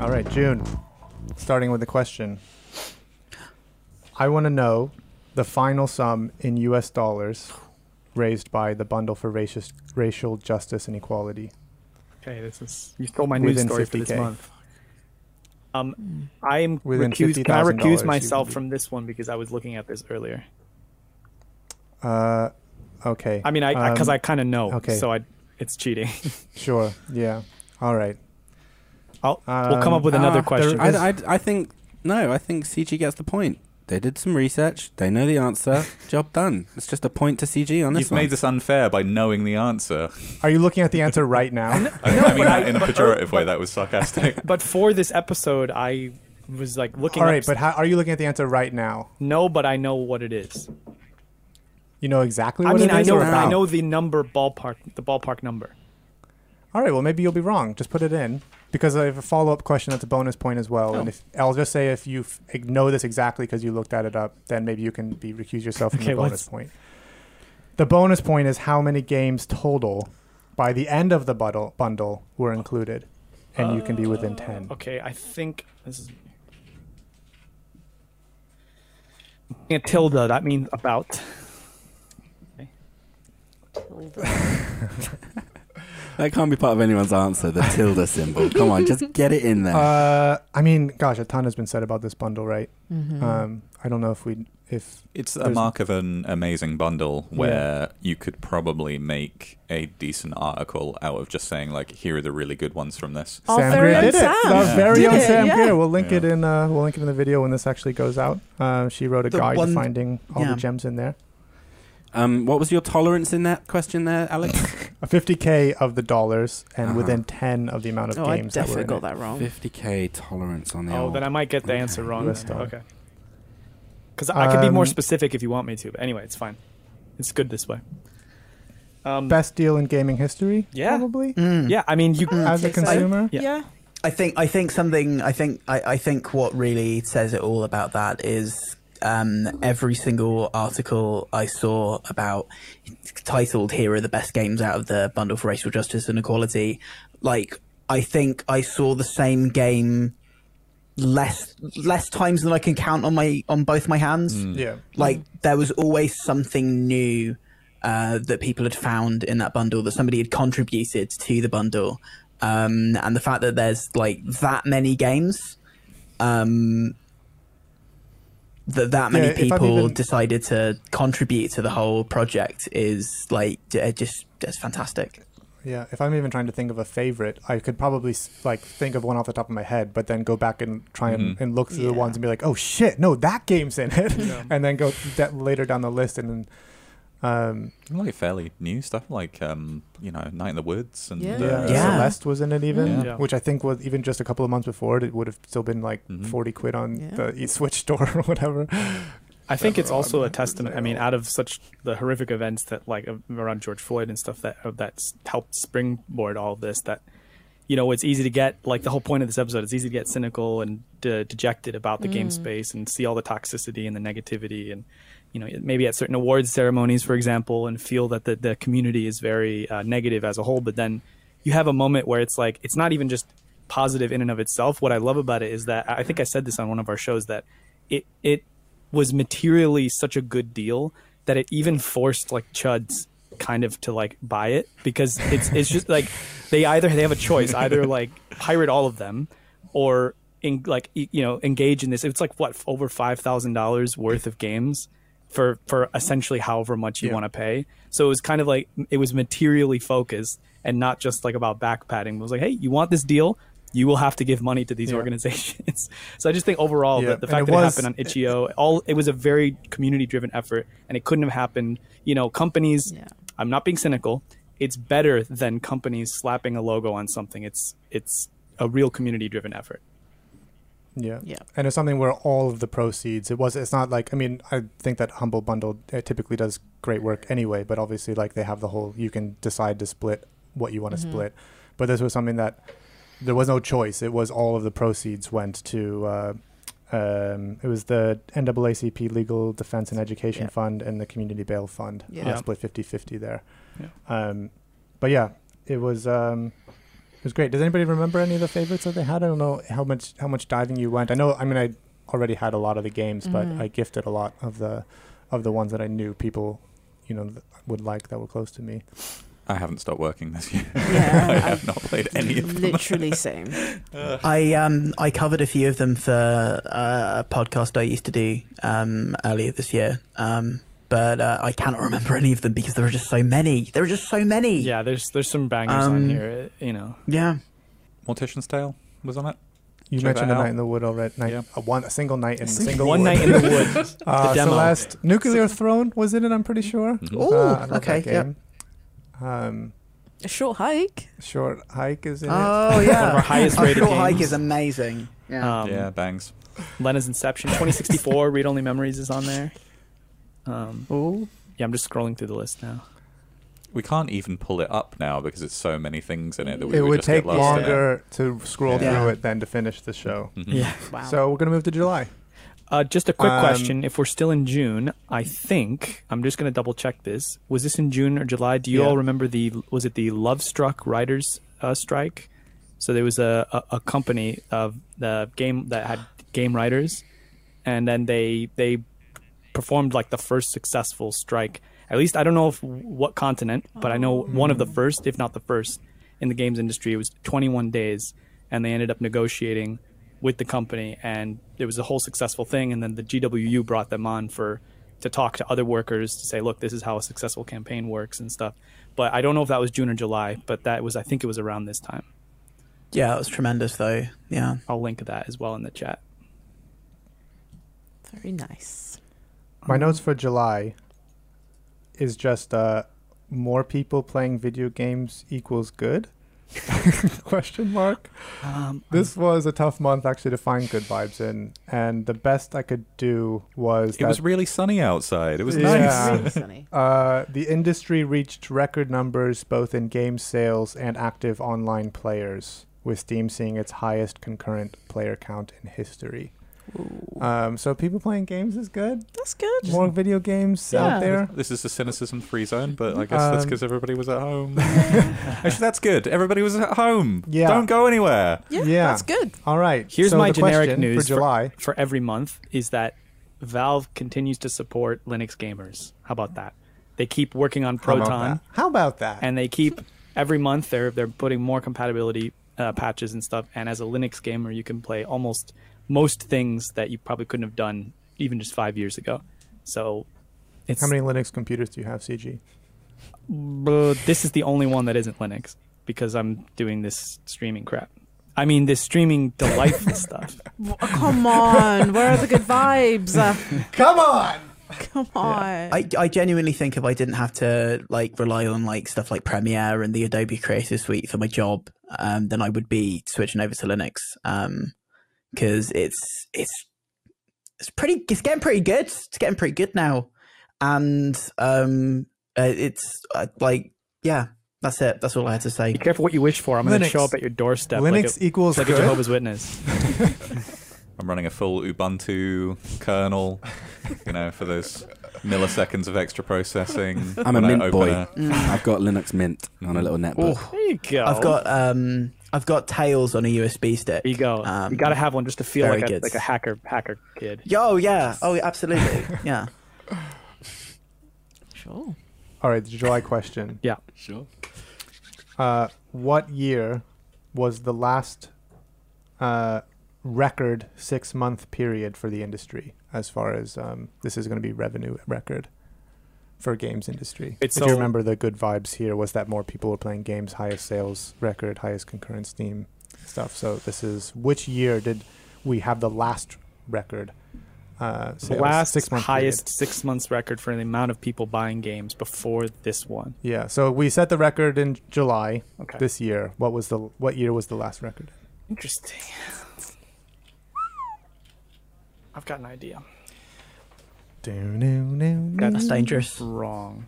All right, June. Starting with the question. I want to know the final sum in US dollars raised by the bundle for racist, racial justice and equality.
Okay, this is you stole my news
Within
story for this
50K.
month.
Hmm.
Um, I'm
Within
recused. Can I
$50,000
recuse
you
myself
would-
from this one because I was looking at this earlier?
Uh okay.
I mean, I because I
Um,
kind of know.
okay.
So I, it's cheating.
Sure. Yeah. All right.
I'll we'll come
Um,
up with another
Ah,
question.
there is-
I, I, I think no. I think CG gets the point. They did some research. They know the answer. Job done. It's just a point to CG on this
You've
one.
made this unfair by knowing the answer.
Are you looking at the answer right now?
I, I mean that in a pejorative way. That was sarcastic.
but for this episode, I was like looking.
All right,
up,
but how, are you looking at the answer right now?
no, but I know what it is.
You know exactly
I
what
mean,
it
I
is
know,
or
I
how?
know the number ballpark, the ballpark number.
All right, well, maybe you'll be wrong. Just put it in because I have a follow up question that's a bonus point as well.
Oh.
And if I'll just say if you f- know this exactly because you looked at it up, then maybe you can be recuse yourself from
Okay,
the bonus
what's-
point. The bonus point is how many games total by the end of the bundle, bundle were included, and you can be within 10.
Uh, Okay, I think this is. Yeah, tilde. That means about.
that can't be part of anyone's answer. The tilde symbol. Come on, just get it in there.
Uh, I mean, gosh, a ton has been said about this bundle, right? Um, I don't know if we if
It's a
There's-
mark of an amazing bundle where you could probably make a decent article out of just saying like, here are the really good ones from this.
Our
Sam
very
Greer
own
did it.
Sam
Our
Yeah.
very
did
own
it,
Sam
yeah.
Greer. We'll link
Yeah.
it in. Uh, we'll link it in the video when this actually goes out. Uh, she wrote a
The
guide
one-
to finding all
yeah.
the gems in there.
um, what was your tolerance in that question there, Alex?
A 50k of the dollars and
Uh-huh.
within 10 of the amount of
Oh, I
games that were
definitely
in
got
it.
that wrong.
50k tolerance on the.
Oh,
old-
then I might get the answer wrong.
Let's
then.
start.
Okay. Because I could be more
Um,
specific if you want me to. But anyway, it's fine. It's good this way. Um,
Best deal in gaming history,
Yeah.
probably
Mm.
yeah, I mean, you.
as a
think so.
consumer.
Yeah.
I think I think something I think I, I think what really says it all about that is um, every single article I saw about titled "Here are the best games out of the bundle for racial justice and equality." Like I think I saw the same game less less times than I can count on my on both my hands
Yeah.
like there was always something new uh, that people had found in that bundle that somebody had contributed to the bundle um, and the fact that there's like that many games um, that that many
Yeah, if I'm
people
even-
decided to contribute to the whole project is like j- uh, just just fantastic
Yeah, if I'm even trying to think of a favorite, I could probably s- like think of one off the top of my head, but then go back and try and,
Mhm.
and look through the
Yeah.
ones and be like, oh shit, no, that game's in it,
Yeah.
and then go that later down the list and then um,
Like fairly new stuff, like um, you know, Night in the Woods and
Yeah.
yeah.
uh,
Yeah.
Celeste was in it even,
Yeah.
Yeah.
which I think was even just a couple of months before it, it would have still been like
Mhm.
forty quid on
Yeah.
the e- Switch store or whatever.
I think it's
Several
also a
elements
testament. I mean,
there.
out of such the horrific events that like of- around George Floyd and stuff that that's helped springboard all of this. That you know, it's easy to get like the whole point of this episode. It's easy to get cynical and de- dejected about the game space and see all the toxicity and the negativity and you know maybe at certain awards ceremonies, for example, and feel that the the community is very uh, negative as a whole. But then you have a moment where it's like it's not even just positive in and of itself. What I love about it is that I I think I said this on one of our shows that it it was materially such a good deal that it even forced like chuds kind of to like buy it because it's it's just like they either they have a choice either like pirate all of them or in like e- you know engage in this it's like what over $5000 worth of games for for essentially however much you
Yeah.
want to pay so it was kind of like it was materially focused and not just like about backpatting it was like hey you want this deal you will have to give money to these
Yeah.
organizations. so I just think overall,
Yeah,
the, the
and
fact
it
that
was-
it happened on itch.io, all it was a very community-driven effort, and it couldn't have happened. You know, companies.
Yeah.
I'm not being cynical. It's better than companies slapping a logo on something. It's it's a real community-driven effort.
Yeah.
Yeah.
And it's something where all of the proceeds, it was, it's not like, I mean, I think that Humble Bundle uh, typically does great work anyway, but obviously, like, they have the whole, you can decide to split what you want
Mm-hmm.
to split. But this was something that there was no choice. It was all of the proceeds went to, uh, um, it was the NAACP Legal Defense and Education
Yeah.
Fund and the Community Bail Fund.
Yeah.
Uh,
Yeah.
split 50 50 there.
Yeah.
Um, but yeah, it was. Um, it was great. Does anybody remember any of the favorites that they had? I don't know how much how much diving you went. I know. I mean, I already had a lot of the games,
Mhm.
Mm-hmm.
but I gifted a lot of the of the ones that I knew people, you know, th- would like that were close to me.
I haven't stopped working this year.
Yeah,
I
I-
have not played any of them.
Literally same.
I um I covered a few of them for uh, a podcast I used to do um earlier this year. Um, but uh, I cannot remember any of them because there are just so many. There are just so many.
Yeah, there's there's some bangers
Um,
on here. uh, You know,
Yeah.
Mortician's Tale was on it.
You
Check
mentioned
that
a night
out.
in the wood already. Night,
Yeah.
a one a single night in the single
one night in the wood.
uh,
the demo.
Celeste, Nuclear Throne was in it. I'm pretty sure.
Mhm.
Oh,
Uh, I love
okay.
that
Yeah.
game. Um,
A short hike.
short hike is in it.
Oh
One of
yeah.
our highest
Our
rated
Short Hike
games.
is amazing. Yeah.
Um,
yeah, bangs.
Lena's Inception 2064 Read Only Memories is on there. Um,
oh.
yeah, I'm just scrolling through the list now.
We can't even pull it up now because it's so many things in it that we
It
would,
would
just get
take
lost in it.
longer to scroll
Yeah.
through it than to finish the show.
Mhm.
Yeah.
Wow.
So we're gonna move to July.
Uh, just a quick
Um,
question. If we're still in June, I think I'm just going to double check this. Was this in June or July? Do you
Yeah.
all remember the? Was it the Love Struck writers uh, strike? So there was a, a, a company of the game that had game writers, and then they they performed like the first successful strike. At least I don't know if what continent, but I know one of the first, if not the first, in the games industry. It was 21 days, and they ended up negotiating with the company, and it was a whole successful thing. And then the GWU brought them on for to talk to other workers to say, look, this is how a successful campaign works and stuff. But I don't know if that was June or July, but that was I think it was around this time.
Yeah, it was tremendous though. Yeah.
I'll link that as well in the chat.
Very nice.
My notes for July is just uh, more people playing video games equals good? Question mark.
Um,
This was a tough month actually to find good vibes in, and the best I could do was
It
that
was really sunny outside. It was
Yeah.
nice.
Yeah.
Really sunny.
uh, the industry reached record numbers both in game sales and active online players, with Steam seeing its highest concurrent player count in history.
Ooh,
Um, so people playing games is good.
that's good.
More video games
Yeah.
out there.
This is a cynicism free zone, but I guess that's
Um,
because everybody was at home. Actually, that's good. Everybody was at home.
Yeah.
Don't go anywhere.
Yeah,
Yeah.
that's good.
All right.
Here's
so
my
the
generic
question
news
for July.
for every month is that Valve continues to support Linux gamers. How about that? They keep working on
How about
Proton,
that? How about that?
and they keep every month they're they're putting more compatibility uh, patches and stuff. And as a Linux gamer, you can play almost most things that you probably couldn't have done even just five years ago. So, it's
How many Linux computers do you have, CG?
But this is the only one that isn't Linux because I'm doing this streaming crap. I mean, this streaming delightful stuff.
W- oh, Come on, where are the good vibes? Uh,
Come on!
come on.
I, I genuinely think if I didn't have to like rely on like stuff like Premiere and the Adobe Creative Suite for my job, um, then I would be switching over to Linux because it's it's it's pretty it's getting pretty good. It's getting pretty good now, and um, uh, it's uh, like yeah, that's it. That's all I had to say.
Be careful what you wish for. I'm going to
Linux.
show up at your doorstep. like
Linux
a-
equals
like a
good.
Jehovah's Witness.
I'm running a full Ubuntu kernel, you know, for those milliseconds of extra processing.
I'm a
When I
mint
open
boy.
a-
I've got Linux Mint on a little netbook.
Oh,
There you go.
I've got um, I've got Tails on a USB stick.
There you go.
Um,
you got to have one just to feel
very
like a,
good.
like a hacker hacker kid.
Yo, yeah. Oh, absolutely. yeah.
Sure.
All right, the July question.
Yeah.
Sure.
Uh, what year was the last uh, record six month period for the industry as far as um, this is going to be revenue record? For games industry,
It's
if you
so-
remember the good vibes here was that more people were playing games, highest sales record, highest concurrent Steam stuff. So this is which year did we have the last record? Uh,
The
sales?
last
Six-month period.
highest six months record for the amount of people buying games before this one.
Yeah. So we set the record in July
Okay.
this year. What was the what year was the last record?
Interesting. I've got an idea.
That's dangerous.
Wrong.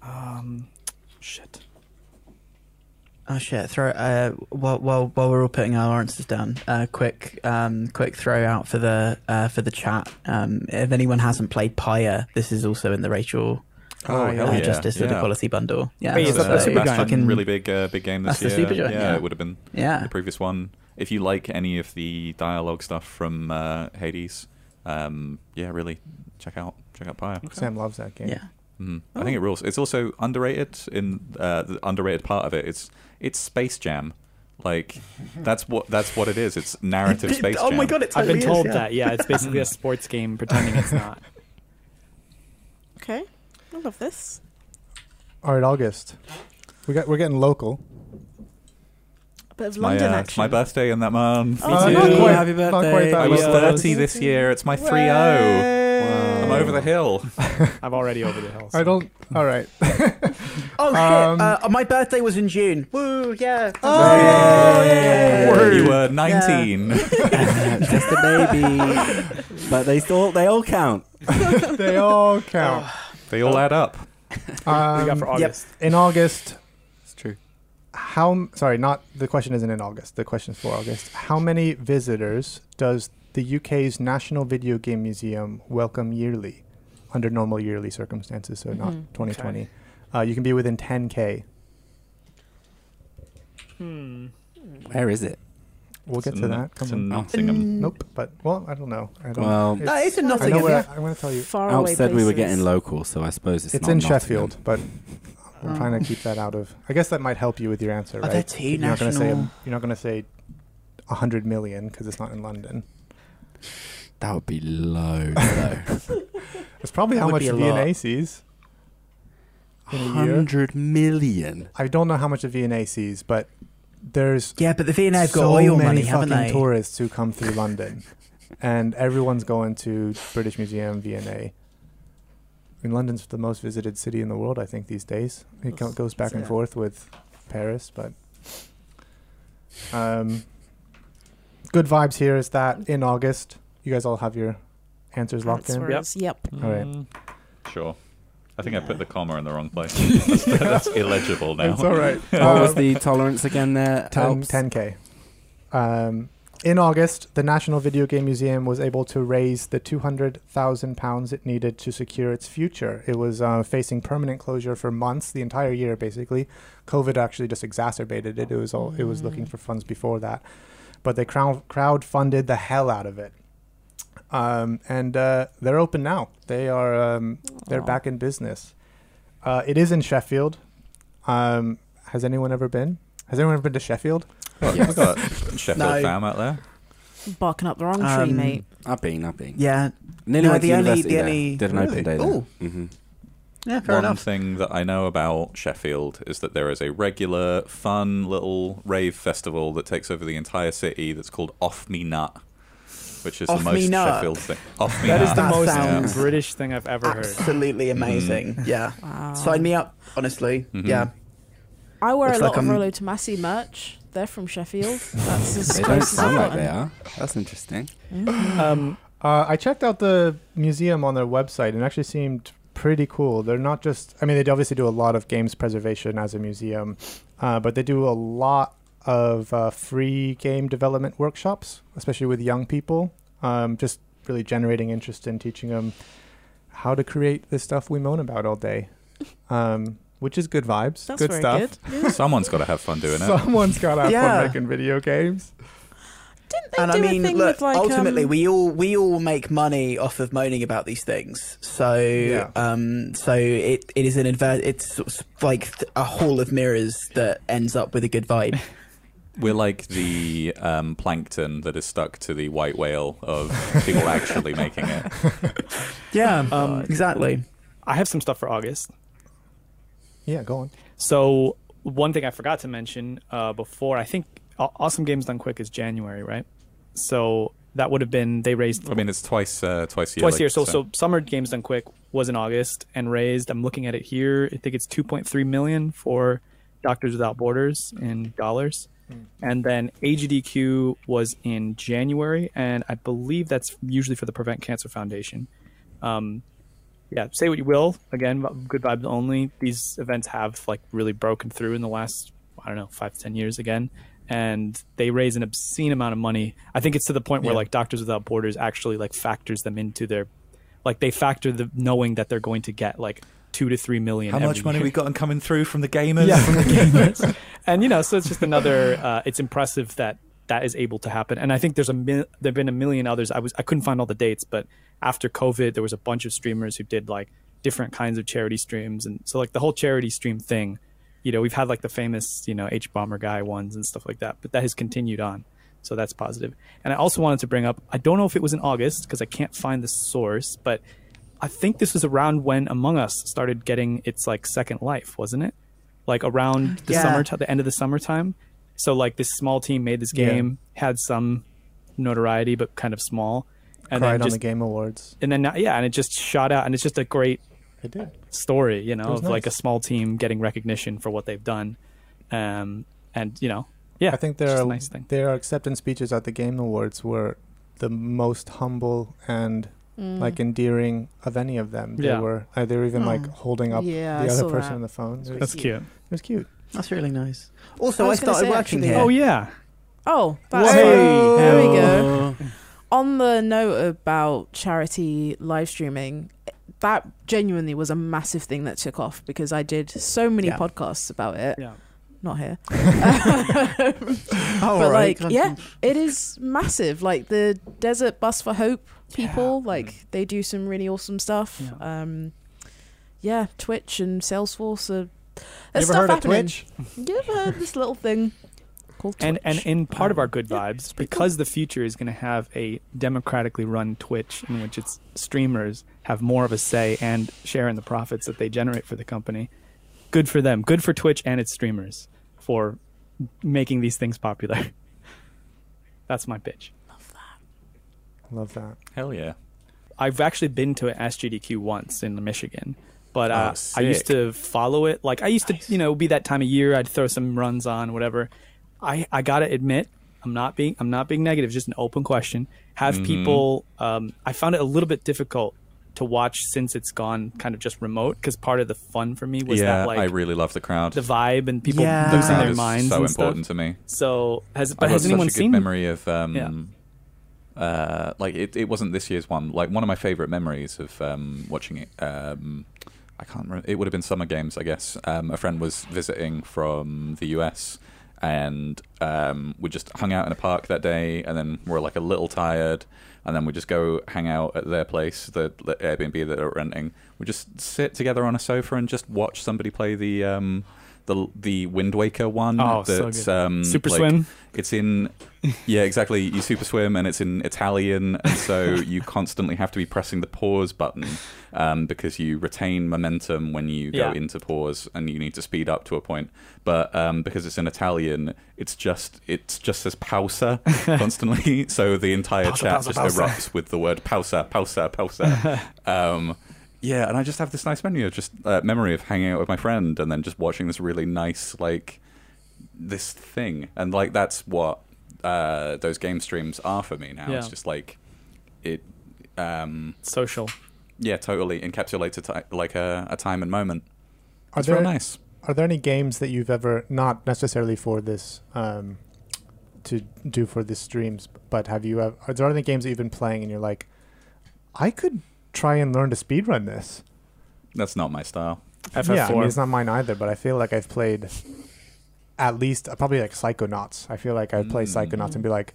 Um, shit.
Oh shit! Throw uh, while while while we're all putting our answers down, uh, quick um, quick throw out for the uh, for the chat. Um, if anyone hasn't played Pyre, this is also in the Rachel
Oh,
uh,
hell yeah.
Justice for
Yeah.
Equality bundle. Yeah,
Wait,
That's,
is that
uh,
the Super
that's
Giant?
fucking really big, uh, big game this
That's the
year.
Super Giant,
yeah,
yeah.
it would have been
yeah.
the previous one. If you like any of the dialogue stuff from uh, Hades, um, yeah, really check out check out Pyre.
Sam loves that game.
Yeah.
Mhm. I think it rules. It's also underrated in uh, the underrated part of it. It's it's Space Jam, like that's what that's what it is. It's narrative Space Jam.
oh my god! It
I've been
totally is,
told
yeah.
that. Yeah, it's basically a sports game pretending it's not.
Okay. I love this.
All right, August. We got we're getting local.
A bit of
my,
London
uh, it's
action.
my birthday in that month.
Oh,
too.
not quite-
Happy
not quite
birthday.
that
I was
local.
Yes.
thirty this year. It's my three zero.
Wow.
I'm over the hill.
I'm already over the hill.
I don't. All right.
Oh shit!
Um,
uh, my birthday was in June.
Oh,
Woo! Yeah.
Oh,
You were nineteen.
Just a baby. but they all they all count.
they all count.
They all add up.
What do you got for
Um,
August?
in August,
It's true.
how? m- Sorry, not the question isn't in August. The question's for August. How many visitors does the UK's National Video Game Museum welcome yearly, under normal yearly circumstances? So not
Mhm.
2020. Uh, you can be within 10k.
Hmm.
Where is it?
We'll get to that. Come
It's
on.
in
on.
Nottingham.
Nope. But well, I don't know. I don't.
Well,
it's-
Mm. No, it's in
I know
Nottingham.
where
yeah.
I, am going to tell you.
Far
Alp
away
said we were
places.
getting local, so I suppose it's,
It's
not
in
Nottingham.
Sheffield, but
Oh.
I'm trying to keep that out of. I guess that might help you with your answer,
Are
right?
there two
you're not going to say
national?
you're not going to say a hundred million because it's not in London.
That would be low. though.
It's probably how
That would
much
be a
VNA sees. In a year.
Hundred million.
I don't know how much of VNA sees, but there's
Yeah, but the V&A have got
so
oil
many
money, haven't
fucking
they?
tourists who come through London, and everyone's going to British Museum, VNA. I mean, London's the most visited city in the world, I think, these days. It go- goes back and
Yeah.
forth with Paris, but um, good vibes here. Is that in August? You guys all have your answers locked
That's
in.
where it is. Yep.
All right.
Mm.
Sure. I think I
Yeah.
put the comma in the wrong place. that's, that's illegible now.
It's all right.
What was
Um,
the tolerance again there?
10,
Alps?
10k. Um, in August, the National Video Game Museum was able to raise the 200,000 pounds it needed to secure its future. It was uh, facing permanent closure for months, the entire year basically. COVID actually just exacerbated it. It was all it was looking for funds before that, but they crowd crowdfunded the hell out of it. Um, and uh, they're open now. They are um, they're
Aw.
back in business. Uh, it is in Sheffield. Um, has anyone ever been? Has anyone ever been to Sheffield?
We've got Sheffield
No.
fam out there.
Barking up the wrong tree,
Um,
mate.
I've been, I've been.
Yeah.
Nearly
No,
went to
the only-
university
the
there.
only-
Did an
Really?
open day
Ooh.
there. hmm
Yeah. Fair
One
enough.
thing that I know about Sheffield is that there is a regular, fun little rave festival that takes over the entire city that's called Off Me Nut, which is
Off
the
Me
most
Nut.
Sheffield thing. Off Me
That
Nut.
is the
That
most
sounds-
British thing I've ever heard.
Absolutely amazing. Yeah.
Wow.
Sign me up. Honestly.
Mm-hmm.
Yeah.
I wear a
Looks
lot
like
of
I'm-
Rolo Tomasi merch. They're from Sheffield. That's as
They don't
close as Mm-hmm. I've
sound like they
gotten.
are. That's interesting.
Um,
Uh, I checked out the museum on their website and it actually seemed pretty cool. They're not just, I mean, they obviously do a lot of games preservation as a museum, uh, but they do a lot of uh, free game development workshops, especially with young people, um, just really generating interest in teaching them how to create the stuff we moan about all day, um, which is good vibes,
That's
good
very
stuff.
good. Yeah.
Someone's got to have fun doing it.
Someone's got out
Yeah.
for making video games.
Didn't they
and
do
I mean,
a thing
look.
with like
ultimately,
um,
we all we all make money off of moaning about these things. So,
Yeah.
um, so it, it is an adver- It's sort of like th- a hall of mirrors that ends up with a good vibe.
We're like the um, plankton that is stuck to the white whale of people actually making it.
yeah.
Oh,
Um,
exactly.
I have some stuff for August.
Yeah, go on.
So one thing I forgot to mention uh, before, I think Aw- Awesome Games Done Quick is January, right? So that would have been they raised
I mean, it's twice uh, twice a year.
twice
like,
a year. So, so Summer Games Done Quick was in August and raised. I'm looking at it here. I think it's 2.3 million for Doctors Without Borders in dollars, and then AGDQ was in January, and I believe that's usually for the Prevent Cancer Foundation. Um, yeah, say what you will. Again, good vibes only. These events have like really broken through in the last I don't know five to ten years again, and they raise an obscene amount of money. I think it's to the point where
Yeah.
like Doctors Without Borders actually like factors them into their, like they factor the knowing that they're going to get like two to three million.
how much
every
money
year.
we gotten coming through from the gamers?
Yeah, from the gamers. and you know, so it's just another. Uh, it's impressive that that is able to happen. And I think there's a mil- there've been a million others. I was I couldn't find all the dates, but after COVID, there was a bunch of streamers who did like different kinds of charity streams, and so like the whole charity stream thing. You know, we've had like the famous you know H bomber guy ones and stuff like that, but that has continued on. So that's positive. And I also wanted to bring up. I don't know if it was in August because I can't find the source, but I think this was around when Among Us started getting its like second life, wasn't it? Like around
Oh,
the
Yeah.
summer, the end of the summertime. So like this small team made this
Yeah.
game, had some notoriety, but kind of small,
Cried
and then
on
just
the Game Awards.
and then now- yeah, and it just shot out, and it's just a great
It did.
story, you know,
was
of like a
nice.
small team getting recognition for what they've done, um, and you know, yeah,
I think
it's
there
just
are
a nice thing.
there are acceptance speeches at the Game Awards were the most humble and
Mm.
like endearing of any of them. They
Yeah.
were uh, they were even like
Mm.
holding up
Yeah, I
the
saw
other person
that.
on the phone. It was,
That's
it
cute.
was cute.
That's really nice. Also,
I
I,
was gonna
started
say,
working
actually-
here.
Oh yeah,
Oh, that's
Hey!
right. There we go.
Oh.
on the note about charity live streaming, that genuinely was a massive thing that took off because I did so many
Yeah.
podcasts about it.
yeah.
Not here.
Oh,
but
right.
like, yeah, it is massive. Like the Desert Bus for Hope people, like they do some really awesome stuff. Yeah. Um, yeah, Twitch and Salesforce are.
You
There's
ever heard
stuff
of
happening.
Twitch?
You ever heard this little thing called Twitch?
and and in part of our good
Yeah,
vibes
it's pretty cool.
because the future is going to have a democratically run twitch in which its streamers have more of a say and share in the profits that they generate for the company good for them good for twitch and its streamers for making these things popular that's my pitch
Love that.
Hell yeah.
I've actually been to an SGDQ once in Michigan, but uh,
Oh,
I
sick.
used to follow it. Like I used to, you know, be that time of year. I'd throw some runs on, whatever. I I gotta admit, I'm not being I'm not being negative. Just an open question. Have
Mm-hmm.
people? Um, I found it a little bit difficult to watch since it's gone kind of just remote because part of the fun for me was
yeah,
that like
I really love the crowd.
the vibe and people
Yeah.
The
losing
crowd
their
is
minds
so
and
important
stuff.
to me.
So has
I've
but
got
has
such
anyone
a good
seen?
memory of um, uh, like it, it wasn't this year's one. Like one of my favorite memories of um, watching it. Um, I can't remember. It would have been Summer Games, I guess. Um, a friend was visiting from the US, and um, we just hung out in a park that day, and then we're like a little tired, and then we just go hang out at their place, the, the Airbnb that they're renting. We just sit together on a sofa and just watch somebody play the. Um, the, the Wind Waker one
Oh, so
that's
good.
um,
Super
like-
Swim?
it's in, yeah, exactly. You super swim, and it's in Italian, and so you constantly have to be pressing the pause button um, because you retain momentum when you
Yeah.
go into pause, and you need to speed up to a point. But um, because it's in Italian, it's just it's just says pausa constantly, so the entire
Pausa,
chat
pausa,
just
pausa.
erupts with the word pausa, pausa, pausa. um, yeah, and I just have this nice memory of just uh, memory of hanging out with my friend, and then just watching this really nice like this thing and like that's what uh those game streams are for me now
Yeah.
it's just like it um
Social.
yeah totally encapsulates a ti- like a, a time and moment
Are
it's
there
real nice
are there any games that you've ever not necessarily for this um, to do for the streams, but have you ever, are there any games that you've been playing and you're like, I could try and learn to speedrun this?
that's not my style
FF4.
Yeah, I mean, it's not mine either, but I feel like I've played at least uh, probably like Psychonauts. I feel like I've played
Mm.
Psychonauts and be like,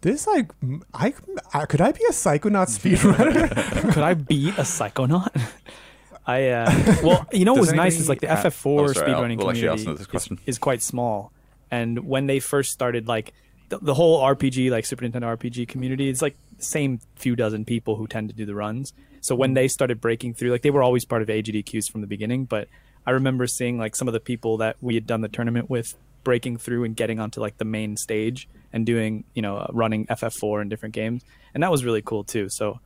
this like m- I, I- could I be a Psychonaut speedrunner?
Could I beat a psychonaut? I uh, well, you know what
Does
was nice is like the
anybody-
FF4
Oh, sorry, I'll-
speedrunning
we'll actually ask
community
this
is,
question.
is quite small, and when they first started, like the, the whole RPG, like Super Nintendo RPG community, it's like same few dozen people who tend to do the runs. So when they started breaking through, like they were always part of AGDQs from the beginning, but I remember seeing like some of the people that we had done the tournament with breaking through and getting onto like the main stage and doing you know uh, running FF4 in different games, and that was really cool too. So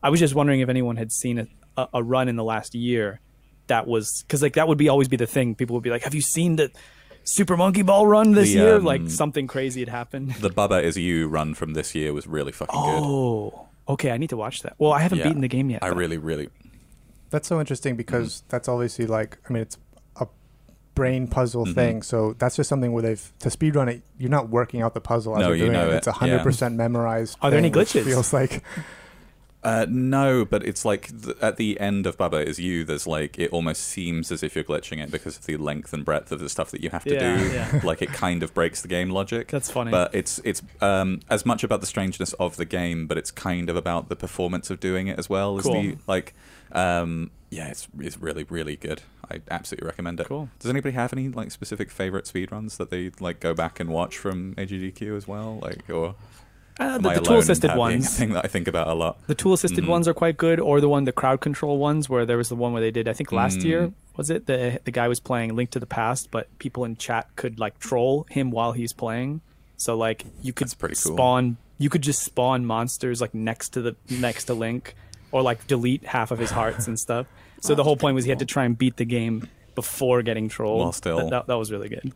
I was just wondering if anyone had seen a, a, a run in the last year that was because like that would be always be the thing. People would be like, "Have you seen the Super Monkey Ball run this
The,
year?"
um,
like something crazy had happened.
The Bubba is You run from this year was really fucking
Oh, okay. I need to watch that. Well, I haven't
good. Yeah.
beaten the game yet.
I
though.
really, really.
That's so interesting
Mm-hmm.
because that's obviously like I mean it's a brain puzzle
Mm-hmm.
thing. So that's just something where they've to speedrun it. You're not working out the puzzle as
No,
you're
you
doing
know
it.
it,
It's
yeah.
hundred percent memorized.
Are there any
thing, which
glitches?
Feels like
Uh, no, but it's like th- at the end of Baba Is You, there's like it almost seems as if you're glitching it because of the length and breadth of the stuff that you have to
Yeah,
do.
yeah.
Like it kind of breaks the game logic.
That's funny.
But it's it's um, as much about the strangeness of the game, but it's kind of about the performance of doing it as well. Is
Cool.
the like um, yeah, it's it's really really good. I absolutely recommend it.
Cool.
Does anybody have any like specific favorite speedruns that they like go back and watch from AGDQ as well? Like or
Uh,
am
the,
I
the
alone Mm-hmm.
tool
in
assisted
that being a
ones.
thing that I think about a lot.
The tool assisted ones are quite good, or the one the crowd control ones, where there was the one where they did. I think last
Mm.
year was it the the guy was playing Link to the Past, but people in chat could like troll him while he's playing. So like you could
That's pretty cool.
spawn, you could just spawn monsters like next to the next to Link, or like delete half of his hearts and stuff. So the whole point was he had to try and beat the game before getting trolled.
While still-
that, that, that was really good.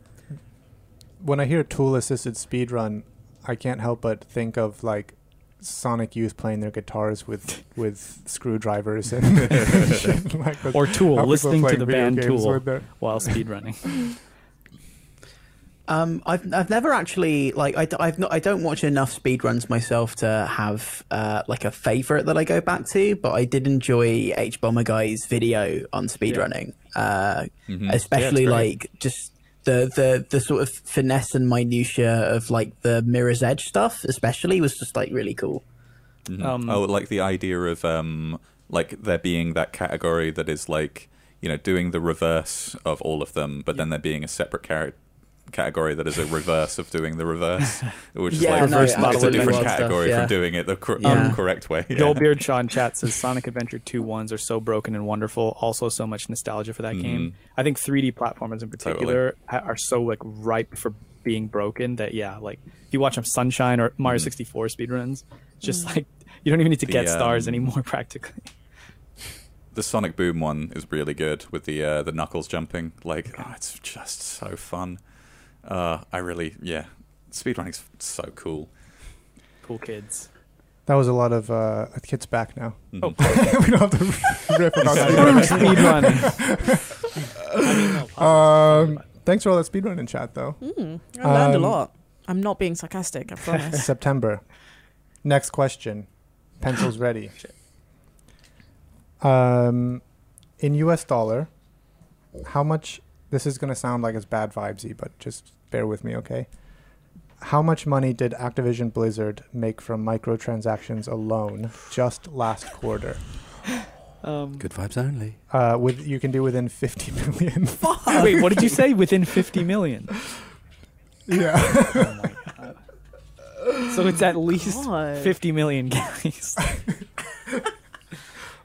when I hear tool assisted speedrun, I can't help but think of like Sonic Youth playing their guitars with with screwdrivers and shit like that.
Or Tool,
How people
listening to
playing
the
video
band
games
Tool
with their-
while speedrunning.
Um, I've I've never actually like I, have not I don't watch enough speedruns myself to have uh, like a favorite that I go back to, but I did enjoy H Bomber Guy's video on speedrunning, uh,
Mm.
Mm-hmm.
especially
Yeah, it's great.
like just the, the the sort of finesse and minutia of like the Mirror's Edge stuff, especially was just like really cool.
Um,
oh, like the idea of um, like there being that category that is like you know doing the reverse of all of them, but then there being a separate char- category that is a reverse of doing the reverse, which is like
Yeah, no,
reverse it's
yeah,
a
absolutely.
different
Wild stuff,
category
yeah.
from doing it the cor-
Yeah.
um, correct way. Yeah.
Joel Beard Sean chat says Sonic Adventure 2 ones are so broken and wonderful. Also, so much nostalgia for that game.
Mm-hmm.
I think 3D platformers in particular ha- are so like ripe for being broken that yeah, like if you watch them Sunshine or
Mm-hmm.
Mario 64 speedruns, it's just like you don't even need to
The,
get stars
um,
anymore practically.
The Sonic Boom one is really good with the uh, the knuckles jumping. Like, oh, it's just so fun. Uh, I really, yeah, speedrunning's so cool.
Cool kids.
That was a lot of uh, kids back now.
Mhm.
we don't have to rip about speedrun.
Speedrun.
Um, thanks for all that speedrun in chat though.
I Hmm, learned
Um,
a lot. I'm not being sarcastic, I promise.
September. Next question. Pencils ready. Um, in US dollar, how much? This is going to sound like it's bad vibesy, but just bear with me, okay? How much money did Activision Blizzard make from microtransactions alone just last quarter?
Um,
Good vibes only.
Uh, with you can do within 50 million.
wait, what did you say? Within 50 million.
yeah.
So it's at least
God.
50 million guys.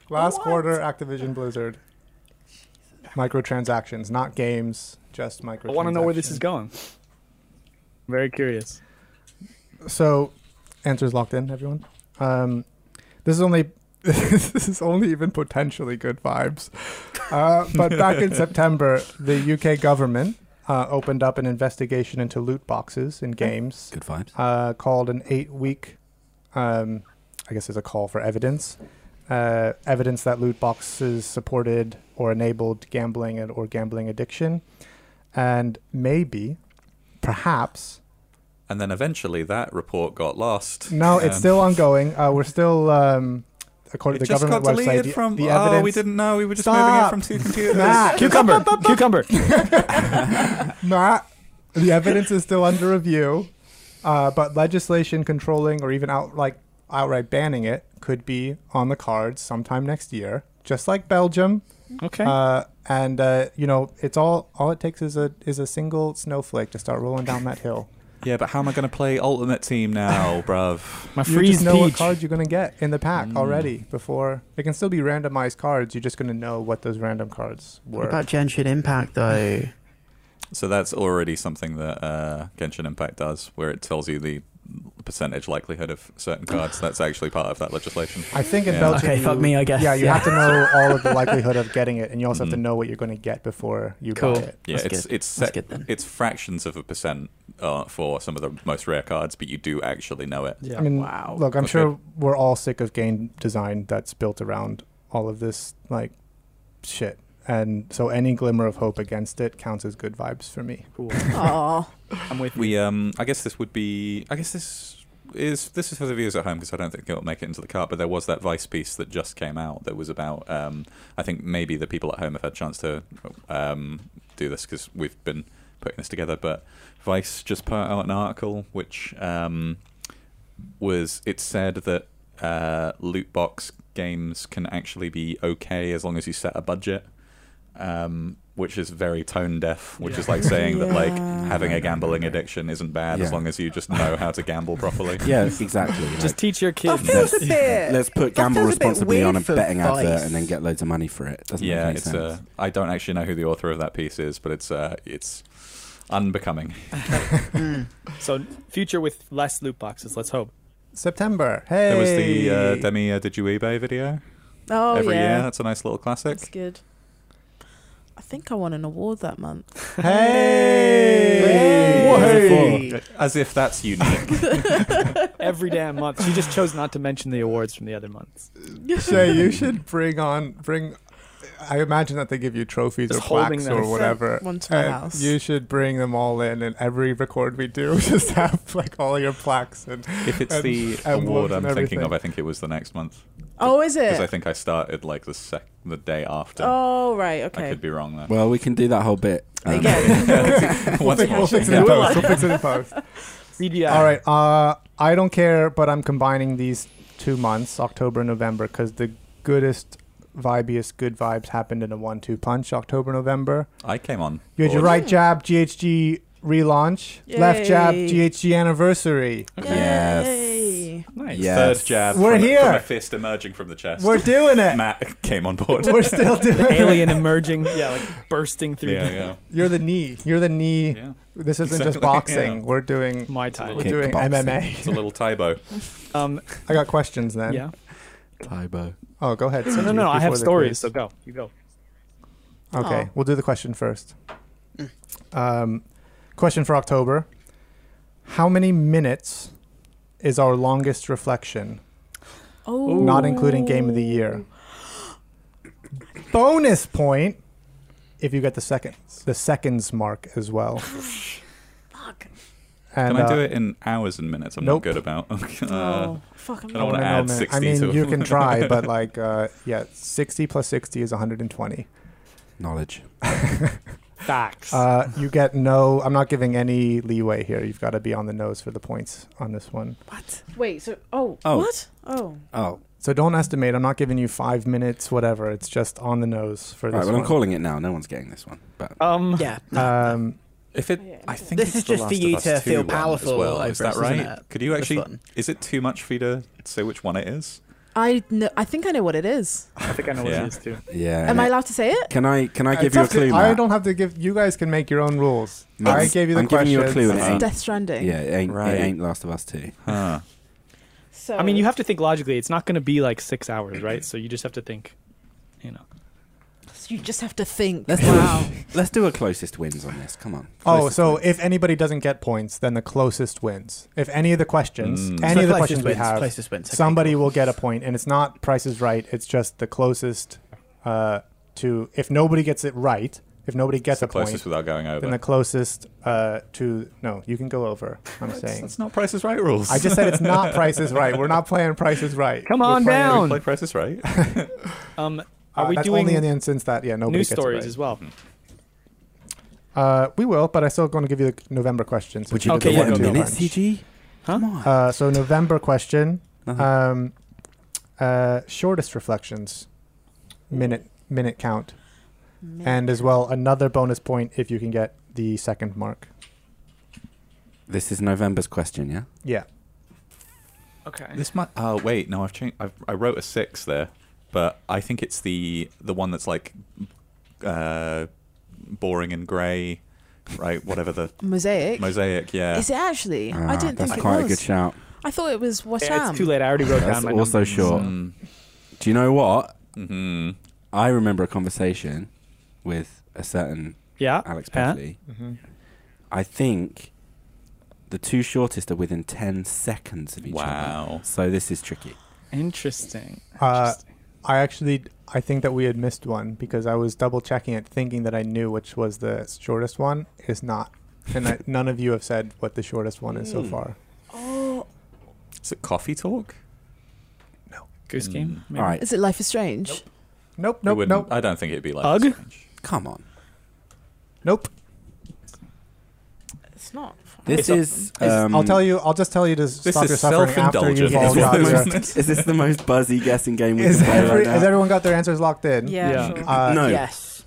Last
What?
quarter, Activision Blizzard. Microtransactions, not games, just microtransactions.
I want to know where this is going. Very curious.
So, answers locked in, everyone. Um, this is only this is only even potentially good vibes. Uh, but back in September, the UK government uh, opened up an investigation into loot boxes
Hmm?
in games
Good vibes.
uh, called an eight week, um, I guess it's a call for evidence, uh, evidence that loot boxes supported or enabled gambling and, or gambling addiction. And maybe, perhaps,
And then eventually that report got lost.
no, it's
Um,
still ongoing. Uh, we're still, um, according to
It
the government website, the, the
oh,
evidence.
we didn't know. We were just
Stop.
moving it from two computers.
Matt,
Cucumber. Cucumber.
Matt, the evidence is still under review, uh, but legislation controlling or even out like outright banning it could be on the cards sometime next year, just like Belgium.
Okay.
Uh, and uh, you know, it's all all it takes is a is a single snowflake to start rolling down that hill.
Yeah, but how am I going to play Ultimate Team now, bruv?
My
You
freeze
just know what
peach.
cards you're gonna get in the pack already before it can still be randomized cards. You're just gonna know what those random cards were.
What about Genshin Impact though?
So that's already something that uh, Genshin Impact does, where it tells you the percentage likelihood of certain cards. that's actually part of that legislation.
I think in
Yeah.
Belgium.
Okay,
you-
fuck me, I guess.
Yeah, you
Yeah.
have to know all of the likelihood of getting it, and you also have to
Mhm.
know what you're going to get before you
Cool.
buy it.
Yeah,
That's
it's
good.
it's
That's
set,
good then.
it's fractions of a percent uh, for some of the most rare cards, but you do actually know it.
Yeah.
I mean,
Wow.
look, I'm
That's
sure we're all sick of game design that's built around all of this like shit, and so any glimmer of hope against it counts as good vibes for me.
cool.
Aw.
I'm with you.
We um, I guess this would be, I guess this is this is for the viewers at home because I don't think it'll make it into the cart. But there was that Vice piece that just came out that was about. Um, I think maybe the people at home have had a chance to um, do this because we've been putting this together. But Vice just put out an article which um, was it said that uh, loot box games can actually be okay as long as you set a budget. Um, which is very tone deaf, which is
Yeah.
like saying that like
Yeah.
having a gambling addiction isn't bad as
Yeah.
long as you just know how to gamble properly.
Yeah, exactly.
Just
Like,
teach your
Oh,
That
kids.
feels
Let's-
sick.
let's put gamble
feels a bit
responsibly on a
weird for
betting advert
Vice.
and then get loads of money for it. Doesn't
yeah,
make any
it's
sense.
uh, I don't actually know who the author of that piece is, but it's uh, it's unbecoming.
so future with less loot boxes. Let's hope.
September, hey,
There was the uh, Demi uh, Did You eBay video
oh
every
yeah,
year. That's a nice little classic.
that's good. I think I won an award that month.
hey,
What is it
Hey!
As if that's unique.
Every damn month. She just chose not to mention the awards from the other months.
Shay, you should bring on bring. I imagine that they give you trophies
Just
or
holding
plaques
them.
or
Sent
whatever.
one to my
and
house.
You should bring them all in, and every record we do, just have like all your plaques and
if it's
And-
the
and
award
wolves
I'm
and
thinking of,
everything.
I think it was the next month
Oh, is
because I
it?
think I started like the sec- the day after.
Oh right, okay.
I could be wrong there.
well, we can do that whole bit. um,
Again,
we'll,
Once
fix,
more.
we'll fix it in
Yeah.
post. We'll fix it in post.
EDI.
All right. Uh, I don't care, but I'm combining these two months, October and November, because the goodest, vibiest, good vibes happened in a one-two punch. October, November.
I came on.
You had your
board.
right jab, GHG relaunch. Left jab,
Yay.
GHG anniversary.
Yes.
Yay.
Nice.
Yeah.
Third jab.
We're
from a-
here.
from a fist emerging from the chest.
We're doing it.
Matt came on board.
We're still doing
The
it.
alien emerging. Yeah, like bursting through.
yeah,
the-
yeah,
You're the knee. You're the knee.
yeah.
This isn't
Exactly,
just boxing.
yeah.
We're doing.
My time.
We're
Kick
doing
boxing.
It's
MMA.
a little Tybo.
Um,
I got questions then.
yeah.
Tybo.
Oh, go ahead.
No, no,
Sanjeev,
no. I
before
have
the
stories,
quiz.
so go. You go.
Okay,
Oh.
we'll do the question first. Um, question for October: How many minutes is our longest reflection,
Oh.
not including game of the year? Bonus point if you get the second the seconds mark as well.
Fuck.
And,
Can I
uh,
do it in hours and minutes? I'm
nope.
not good about. uh,
oh, fuck. I'm
I don't
not-
wanna
no,
add
man.
60
I mean,
to it.
you can try, but like, uh, yeah, sixty plus sixty is one hundred and twenty.
Knowledge.
Facts.
Uh, you get no. I'm not giving any leeway here. You've got to be on the nose for the points on this one.
What? Wait. So. Oh.
Oh.
What? Oh.
Oh,
So don't estimate. I'm not giving you five minutes, whatever. It's just on the nose for this
right. Well,
one.
I'm calling it now. No one's getting this one. But
um.
Yeah.
Um,
If it,
Oh, yeah,
I
okay.
think
This
it's
is
the
just for
Last
you
of Us
to
2
feel
one
powerful
As well, is
over
that
us, isn't
right?
it?
Could you
That's
actually?
fun.
Is it too much for you to say which one it is?
I know. I think I know what it is.
I think I know what
Yeah.
it is too.
yeah.
Am I allowed to say it?
Can I? Can I give
Uh, it's
you a
up to-
clue?
I
Matt?
don't have to give. You guys can make your own rules.
Matt,
I gave you the
I'm giving you a
questions.
clue. and
It's
it ain't-
Death Stranding.
yeah, it ain't,
Right.
it ain't Last of Us Two.
Huh.
So.
I mean, you have to think logically. It's not going to be like six hours, right? So you just have to think. You know.
You just have to think.
Let's
wow.
Let's do a closest wins on this. Come on.
Oh,
Closest
so
wins.
if anybody doesn't get points, then the closest wins. If any of the questions,
Mm.
any
So
of the
closest
questions we
wins,
have,
closest wins. Okay,
somebody
cool.
will get a point, and it's not Price is Right. It's just the closest uh, to. If nobody gets it right, if nobody
It's
gets
the
a point,
closest without going over.
then the closest uh, to. No, you can go over. I'm
that's,
saying.
that's not Price is Right rules.
I just said it's not Price is Right. We're not playing Price is Right.
Come on
playing-
down.
play Price is Right.
Um.
Uh,
Are we
that's
doing
only in the instance that yeah nobody
news
gets it
stories
right.
as well?
Uh, we will, but I still going to give you the November questions.
Would
Which
you
Okay,
do the
yeah,
one
go, go.
minute CG?
Huh?
Come on.
Uh, so November question.
Nothing.
Um, uh, shortest reflections, minute minute count, and as well another bonus point if you can get the second mark.
this is November's question, yeah.
Yeah.
Okay.
This might. Oh wait, no, I've changed. I've, I wrote a six there, but I think it's the the one that's like uh, boring and grey, right? Whatever the
Mosaic.
mosaic, yeah.
Is it actually? I
Ah,
didn't
that's
think it
quite
was.
a good shout.
I thought it was Washam.
Yeah, it's too late. I already wrote down
That's
my
also
numbers. Hmm.
short.
Mm.
Do you know what?
hmm
I remember a conversation with a certain
Uh, Yeah.
Alex
Huh?
Petley.
Mm-hmm.
I think the two shortest are within 10 seconds of each other.
Wow.
So this is tricky.
Interesting.
Uh,
Interesting.
I actually I think that we had missed one because I was double checking it, thinking that I knew which was the shortest one. It's not, and I, none of you have said what the shortest one is so
Mm.
far.
Oh,
Is it coffee talk?
Goose game. maybe.
All right.
is it Life is Strange?
Nope,
It
nope,
wouldn't-
nope,
I don't think it'd be like.
Ugh?
strange.
Come on.
nope.
It's not.
This is. Um,
I'll tell you. I'll just tell you to stop
is
your suffering after
self-indulgent.
you've all
Yeah,
Is this,
got
the
your.
most, is this the most buzzy guessing game we've
Is,
played
every,
right
has
now?
everyone got their answers locked in?
Yeah,
Yeah.
sure.
Uh,
No.
Yes.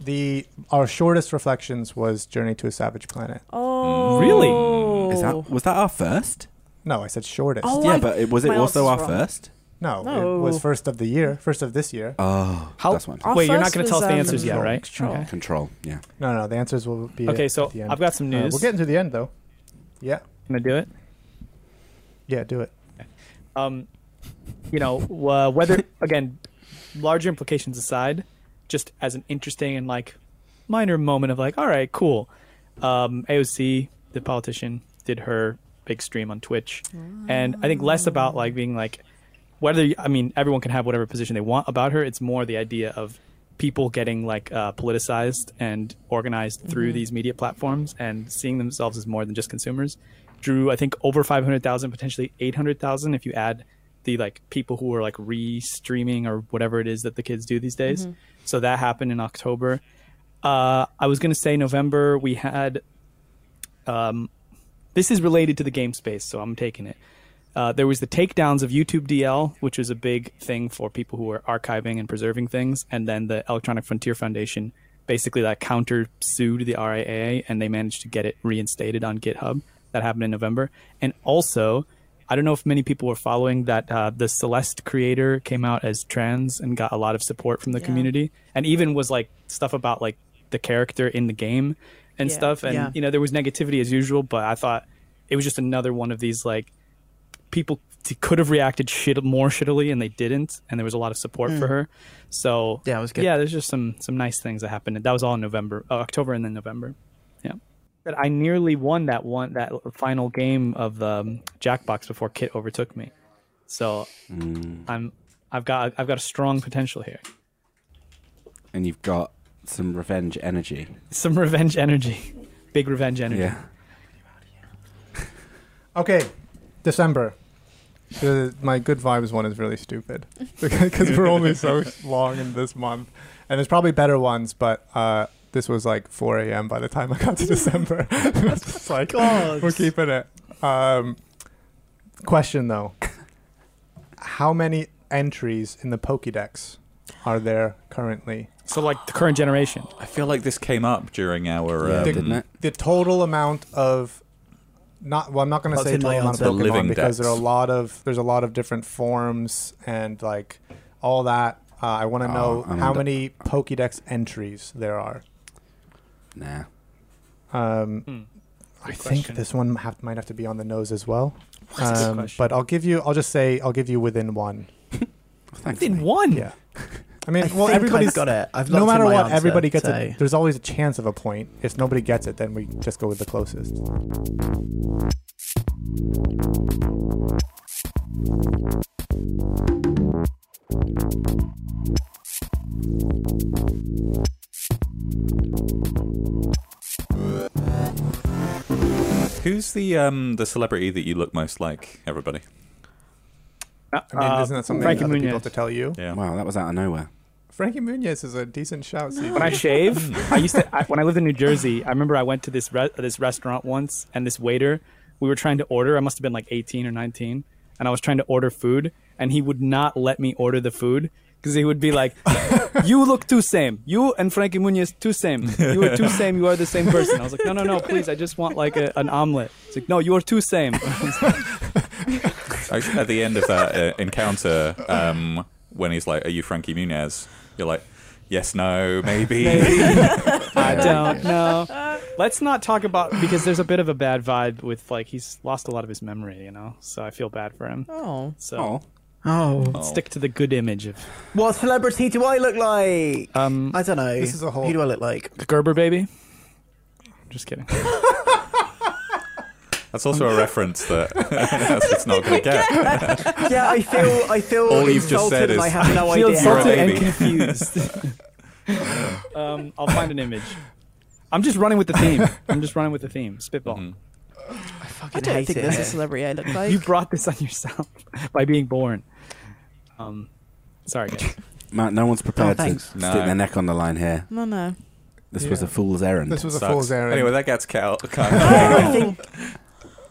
The our shortest reflections was Journey to a Savage Planet.
oh,
Really?
Mm. Is that, was that our first?
No, I said shortest.
Oh,
yeah,
I-
but it, was it
my
also our
answer's wrong.
first?
no, it
No.
was first of the year, first of this year.
Oh,
How-
that's one.
Our
Wait, you're
first
not going to tell
was,
us the
um,
answers yet,
Control.
right?
Control.
Okay.
Control. Yeah.
No, no, the answers will be
Okay, so
At the end.
I've got some
Uh,
news.
we're getting to the end though. Yeah,
Can I do it?
yeah, do it.
um, you know, uh, whether again, larger implications aside, just as an interesting and like minor moment of like, all right, cool. Um, AOC, the politician, did her big stream on Twitch, and I think less about like being like whether I mean everyone can have whatever position they want about her. It's more the idea of people getting like uh, politicized and organized through these media platforms and seeing themselves as more than just consumers. Drew, I think over five hundred thousand, potentially eight hundred thousand, if you add the like people who are like re-streaming or whatever it is that the kids do these days. So that happened in October. Uh, I was gonna say November. We had um, this is related to the game space, so I'm taking it. Uh, there was the takedowns of YouTube DL, which was a big thing for people who were archiving and preserving things, and then the Electronic Frontier Foundation basically like counter sued the RIAA, and they managed to get it reinstated on GitHub. That happened in November, and also. I don't know if many people were following that uh, the Celeste creator came out as trans and got a lot of support from the
Yeah.
community, and even was like stuff about like the character in the game and
Yeah.
stuff. And
Yeah.
you know, there was negativity as usual, but I thought it was just another one of these like people t- could have reacted shit more shittily and they didn't, and there was a lot of support for her. So
Mm. Yeah, it was good.
yeah, there's just some some nice things that happened. And That was all in November, uh, October, and then November. Yeah, but I nearly won that one that final game of the um, Jackbox before Kit overtook me. So I'm I've got I've got a strong potential here.
And you've got some revenge energy.
Some revenge energy, big revenge energy.
Yeah.
Okay, December. The, my good vibes one is really stupid because we're only so long in this month, and there's probably better ones, but uh, this was like 4 a.m. by the time I got to December. it's just like we're keeping it. Um, question though, how many entries in the Pokédex are there currently?
So like the current generation.
I feel like this came up during our.
Yeah.
um,
Didn't it?
the total amount of not well I'm not going to
That's
say
in
total
my
amount of
answer.
Pokemon
The living
because there are a
decks.
lot of there's a lot of different forms and like all that. Uh, I want to
Oh,
know
I'm
how
d-
many Pokédex entries there are.
Nah.
Um,
Hmm.
I
Good
think
question.
this one have, might have to be on the nose as well.
Good
Um,
question.
but I'll give you. I'll just say I'll give you within one.
Thanks.
Within
mate.
one.
Yeah. I mean,
I
well,
think
everybody's
I've got it. I've
no
locked in
matter
my
what,
answer,
everybody gets
so.
it. There's always a chance of a point. If nobody gets it, then we just go with the closest.
Who's the um the celebrity that you look most like? Everybody.
I mean,
Uh,
isn't that something
Frankie
other people
Muniz.
have to tell you?
Yeah.
Wow, that was out of nowhere.
Frankie Muniz is a decent shout. CJ.
when I shave, I used to I, when I lived in New Jersey. I remember I went to this re- this restaurant once, and this waiter we were trying to order. I must have been like eighteen or nineteen, and I was trying to order food, and he would not let me order the food because he would be like, "You look too same. You and Frankie Muniz too same. You are too same. You are the same person." I was like, "No, no, no, please. I just want like a, an omelet." It's like, "No, you are too same."
Actually, At the end of that uh, encounter, um, when he's like, "Are you Frankie Muniz?" You're like, yes, no, maybe.
Yeah.
I don't know. Let's not talk about because there's a bit of a bad vibe with like he's lost a lot of his memory, you know. So I feel bad for him.
Oh.
So
Oh,
Oh,
Oh.
stick to the good image of
what celebrity do I look like?
um
I don't know.
This is a whole-
Who do I look like?
Gerber baby. Just kidding.
That's also a reference that it's not going to get.
yeah, I feel I feel
All you've just
insulted
said
and
is-
I have no
You're
Feel
idea.
a
insulted and
baby.
confused. um, I'll find an image. I'm just running with the theme. I'm just running with the theme. Spitball.
Mhm.
I
I
fucking
don't
hate
think
it.
there's a celebrity I look like.
You brought this on yourself by being born. Um, sorry, guys.
Matt, no one's prepared to
thanks.
stick
No.
their neck on the line here.
no, no.
This was
Yeah.
a fool's errand.
This was a
Sucks.
fool's errand.
Anyway, that gets cut. cut. Oh.
I think.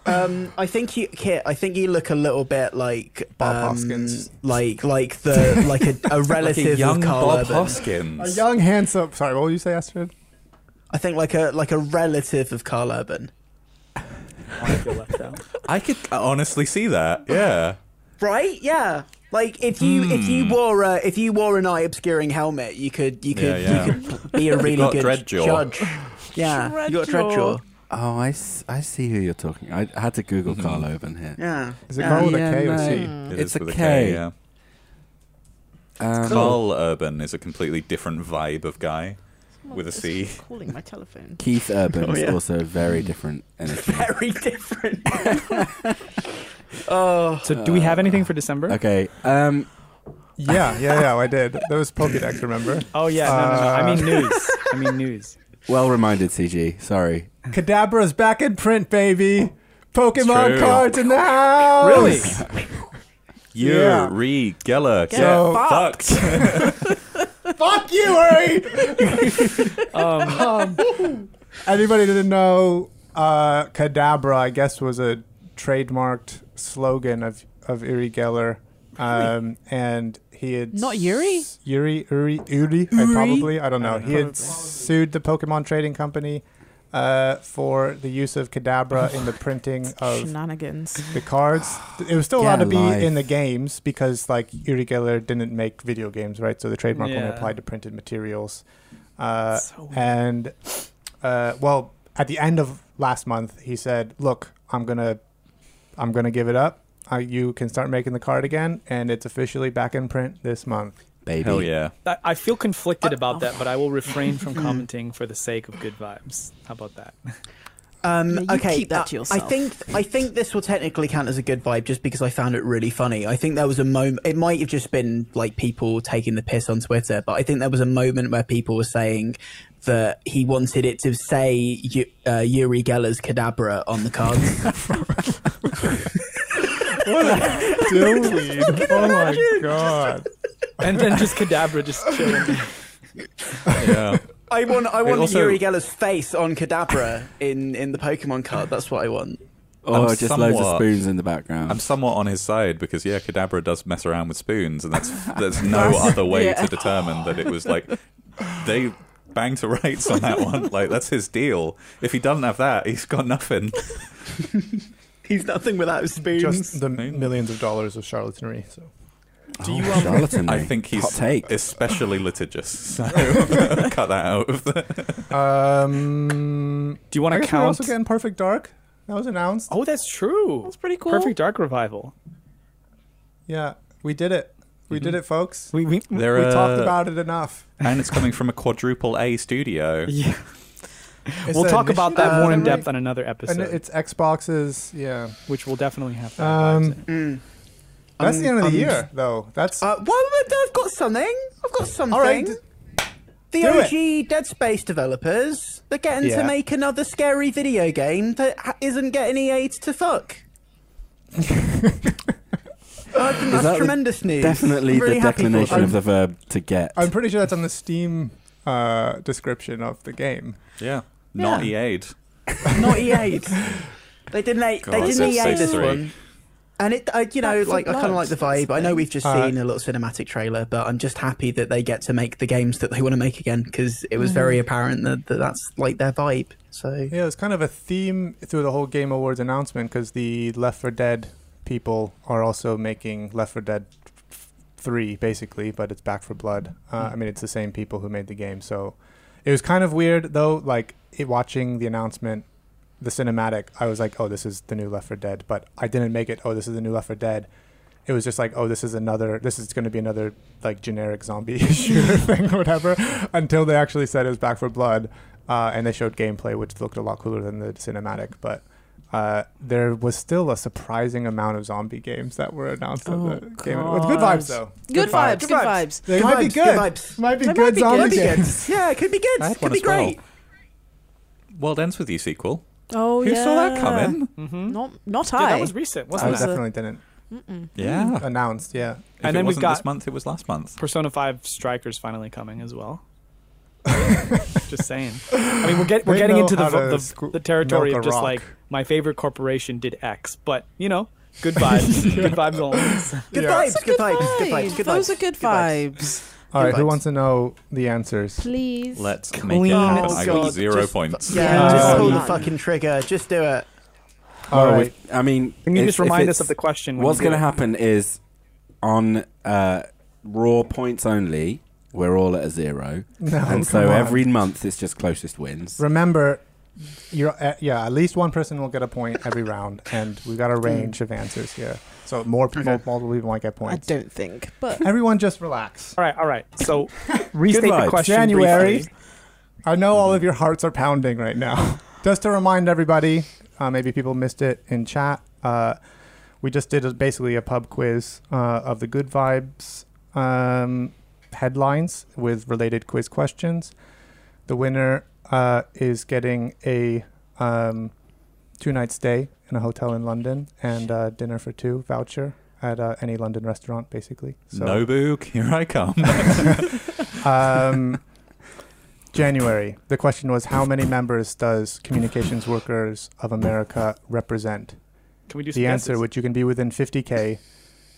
Um, I think you, Kit. I think you look a little bit like
Bob
um,
Hoskins.
like like the like a, a
like a
relative
young
of Carl
Bob
Urban.
a
Hoskins.
young, handsome. Sorry, what would you say, Astrid?
I think like a like a relative of Carl Urban.
I feel left out.
I could honestly see that. Yeah.
Right? Yeah. Like if you if you
Hmm.
wore a, if you wore an eye obscuring helmet, you could you could
Yeah,
you
yeah.
could be a really
got
good
Dreadjaw.
judge. Yeah, you got a
Dreadjaw.
dreadjaw.
oh, I, s- I see who you're talking. I had to Google Carl Urban here.
Yeah.
Is it
Yeah.
Carl with
Yeah,
a K or
no.
C?
Mm. It
It's
is
a
with
K.
yeah.
Um,
Carl Urban is a completely different vibe of guy. With a C.
Someone's Calling my telephone.
Keith Urban
Oh, yeah.
is also very different energy.
Very different. oh,
So, do we have anything for December?
okay. Um,
Yeah, yeah, yeah. I did. That was Pokédex. Remember?
Oh yeah, no, no, no. I
Uh,
mean news. I mean news.
well reminded, CG. Sorry.
Kadabra's back in print, baby. Pokemon
true.
cards in the house.
Really?
Yeah.
Yuri Geller.
Get
So-
fucked.
Fuck you, Hurry!
Um,
Anybody didn't know? Uh, Kadabra, I guess, was a trademarked slogan of of Uri Geller, um, and he had
Not Yuri?
s- Yuri, Uri, Uri, I
Uri?
probably. I don't know.
I don't
he
know.
had sued the Pokemon Trading Company uh, for the use of Kadabra in the printing of
Shenanigans.
the cards. It was still allowed
Yeah,
to be
life.
in the games because like Uri Geller didn't make video games, right? So the trademark only
Yeah.
applied to printed materials. Uh,
So weird.
and uh, well, at the end of last month, he said, "Look, I'm gonna, I'm gonna give it up. Uh, you can start making the card again, and it's officially back in print this month."
Baby.
Hell yeah.
I, I feel conflicted about that, but I will refrain
Mm-hmm.
from commenting for the sake of good vibes. How about that?
Um,
Yeah, you
okay,
keep that
uh,
to yourself.
I think I think this will technically count as a good vibe just because I found it really funny. I think there was a moment. It might have just been like people taking the piss on Twitter, but I think there was a moment where people were saying that he wanted it to say Yu- uh, Yuri Geller's Cadabra on the cards.
Dude, oh my god!
And then just Cadabra just chilling.
Yeah.
I want I want
also-
Yuri Geller's face on Cadabra in in the Pokemon card. That's what I want.
Or
I'm
Oh, just loads of
somewhat-
spoons in the background.
I'm somewhat on his side because yeah, Kadabra does mess around with spoons, and that's there's no other way
yeah.
to determine that it was like they bang to rights on that one. Like that's his deal. If he doesn't have that, he's got nothing.
He's nothing without spoons.
Just the millions of dollars of charlatanry. So
do you oh, charlatanry.
I think he's
Hot take.
especially litigious. So cut that out of the
Um,
Do you want
I
to
guess we're
count?
also getting Perfect Dark. That was announced.
Oh, that's true.
That's pretty cool.
Perfect Dark Revival.
Yeah, we did it. We did it, folks.
Mm-hmm. We, uh, we,
There
we talked
are-
about it enough.
and it's coming from a quadruple A studio.
yeah.
It's
We'll
an
talk about
initiative,
that more in
right?
depth on another
Uh, And
episode,
it's Xboxes. Yeah,
which we'll definitely have to.
Um,
have vibes in.
Mm.
that's the end of the
Um,
year, though. That's
Uh, well, I've got something. I've got something.
all right.
The
Do
OG Dead Space developers, they're getting
Yeah.
to make another scary video game that ha- isn't getting EA to fuck. I
that
think that's
the-
tremendous news.
Definitely
I'm really
the
happy for
declination
them.
of the verb to get.
I'm pretty sure that's on the Steam uh, description of the game.
Yeah. Not E EA'd.
not EA. 'd. They didn't. They,
God,
they
that's
didn't EA
episode
this
three.
one. And it, I, you know,
Back for
like I kind
Blood.
of like the vibe. I know we've just
Uh,
seen a little cinematic trailer, but I'm just happy that they get to make the games that they want to make again because it was very apparent that, that that's like their vibe. So
Yeah, it's kind of a theme through the whole Game Awards announcement because the Left 4 Dead people are also making Left 4 Dead three basically, but it's Back for Blood. Uh, I mean, it's the same people who made the game, so it was kind of weird though. Like it, watching the announcement, the cinematic, I was like, oh, this is the new Left 4 Dead, but I didn't make it. Oh, this is the new Left 4 Dead. It was just like, oh, this is another. This is going to be another like generic zombie shooter thing or whatever. Until they actually said it was Back for Blood, uh, and they showed gameplay, which looked a lot cooler than the cinematic, but. Uh, there was still a surprising amount of zombie games that were announced
Oh,
at the game. With good vibes though.
Good, vibes, Good vibes.
They
Good
might be good.
vibes, good vibes.
Might be
They might
good
be
zombie
good. Might be
games.
Yeah, it could be good.
I
It
had one
could be
as well.
great.
World Ends With You sequel.
Oh
Who
yeah.
saw that coming?
Mm-hmm.
Not not
Yeah,
I.
that was recent,
I
wasn't
was
it?
a-
definitely didn't
Mm-mm.
Ah.
Yeah.
announced. Yeah,
If
And
it
then we've
wasn't
got-
this month, it was last month.
Persona Five Strikers finally coming as well. just saying. I mean, we're, get, we're
They
getting
know
into the
how to
the,
squ-
the territory
milk
of
a
just
rock.
like my favorite corporation did X, but you know, good vibes, good vibes only.
Good
Yeah.
vibes. Good vibes. Good vibes. Good vibes.
Those are good vibes.
All right. Who
vibes.
wants to know the answers?
Please.
Let's make
Clean-
it happen.
Oh,
I
God,
got zero
just-
points.
Yeah,
Yeah.
just
Um,
pull the fucking trigger. Just do it.
All
Well,
right.
we- I mean,
Can you
if-
just
if
remind
it's-
us of the question? when
What's
you do
going to
it?
happen is on uh, raw points only, we're all at a zero.
No,
and
come
so
on.
every month it's just closest wins.
remember, you're uh, yeah. At least one person will get a point every round, and we've got a range of answers here. So more people, multiple people might get
I
points.
don't think, but
Everyone, just relax.
All right, all right. So restate
vibes.
the question.
January.
briefly.
I know all of your hearts are pounding right now. just to remind everybody, uh, maybe people missed it in chat. Uh, we just did a, basically a pub quiz uh, of the good vibes um, headlines with related quiz questions. The winner uh, is getting a um, two night stay in a hotel in London and uh, dinner for two voucher at uh, any London restaurant, basically. So,
Nobu, here I come.
um, January. The question was how many members does Communications Workers of America represent?
Can we do some
The answer,
guesses?
which you can be within 50k,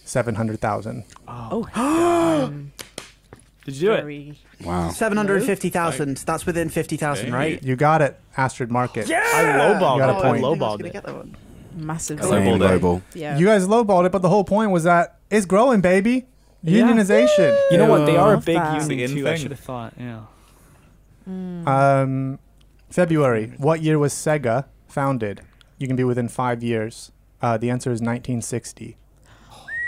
700,000.
Oh,
oh, God.
did you do it?
Very-
Oh.
Wow.
Seven hundred fifty thousand. That's within fifty thousand, right?
You got it, Astrid Market. You
I
got a
lowballed it. I
point.
lowballed it.
massive.
Hello,
Same
zero.
Bold Day.
global.
Yeah.
You guys lowballed it, but the whole point was that it's growing, baby.
Yeah.
Unionization.
You know what? They are a
Love
big
that.
union
It's the in
too. I
thing.
should have thought. Yeah.
Um, February. What year was Sega founded? You can be within five years. Uh, the answer is 1960.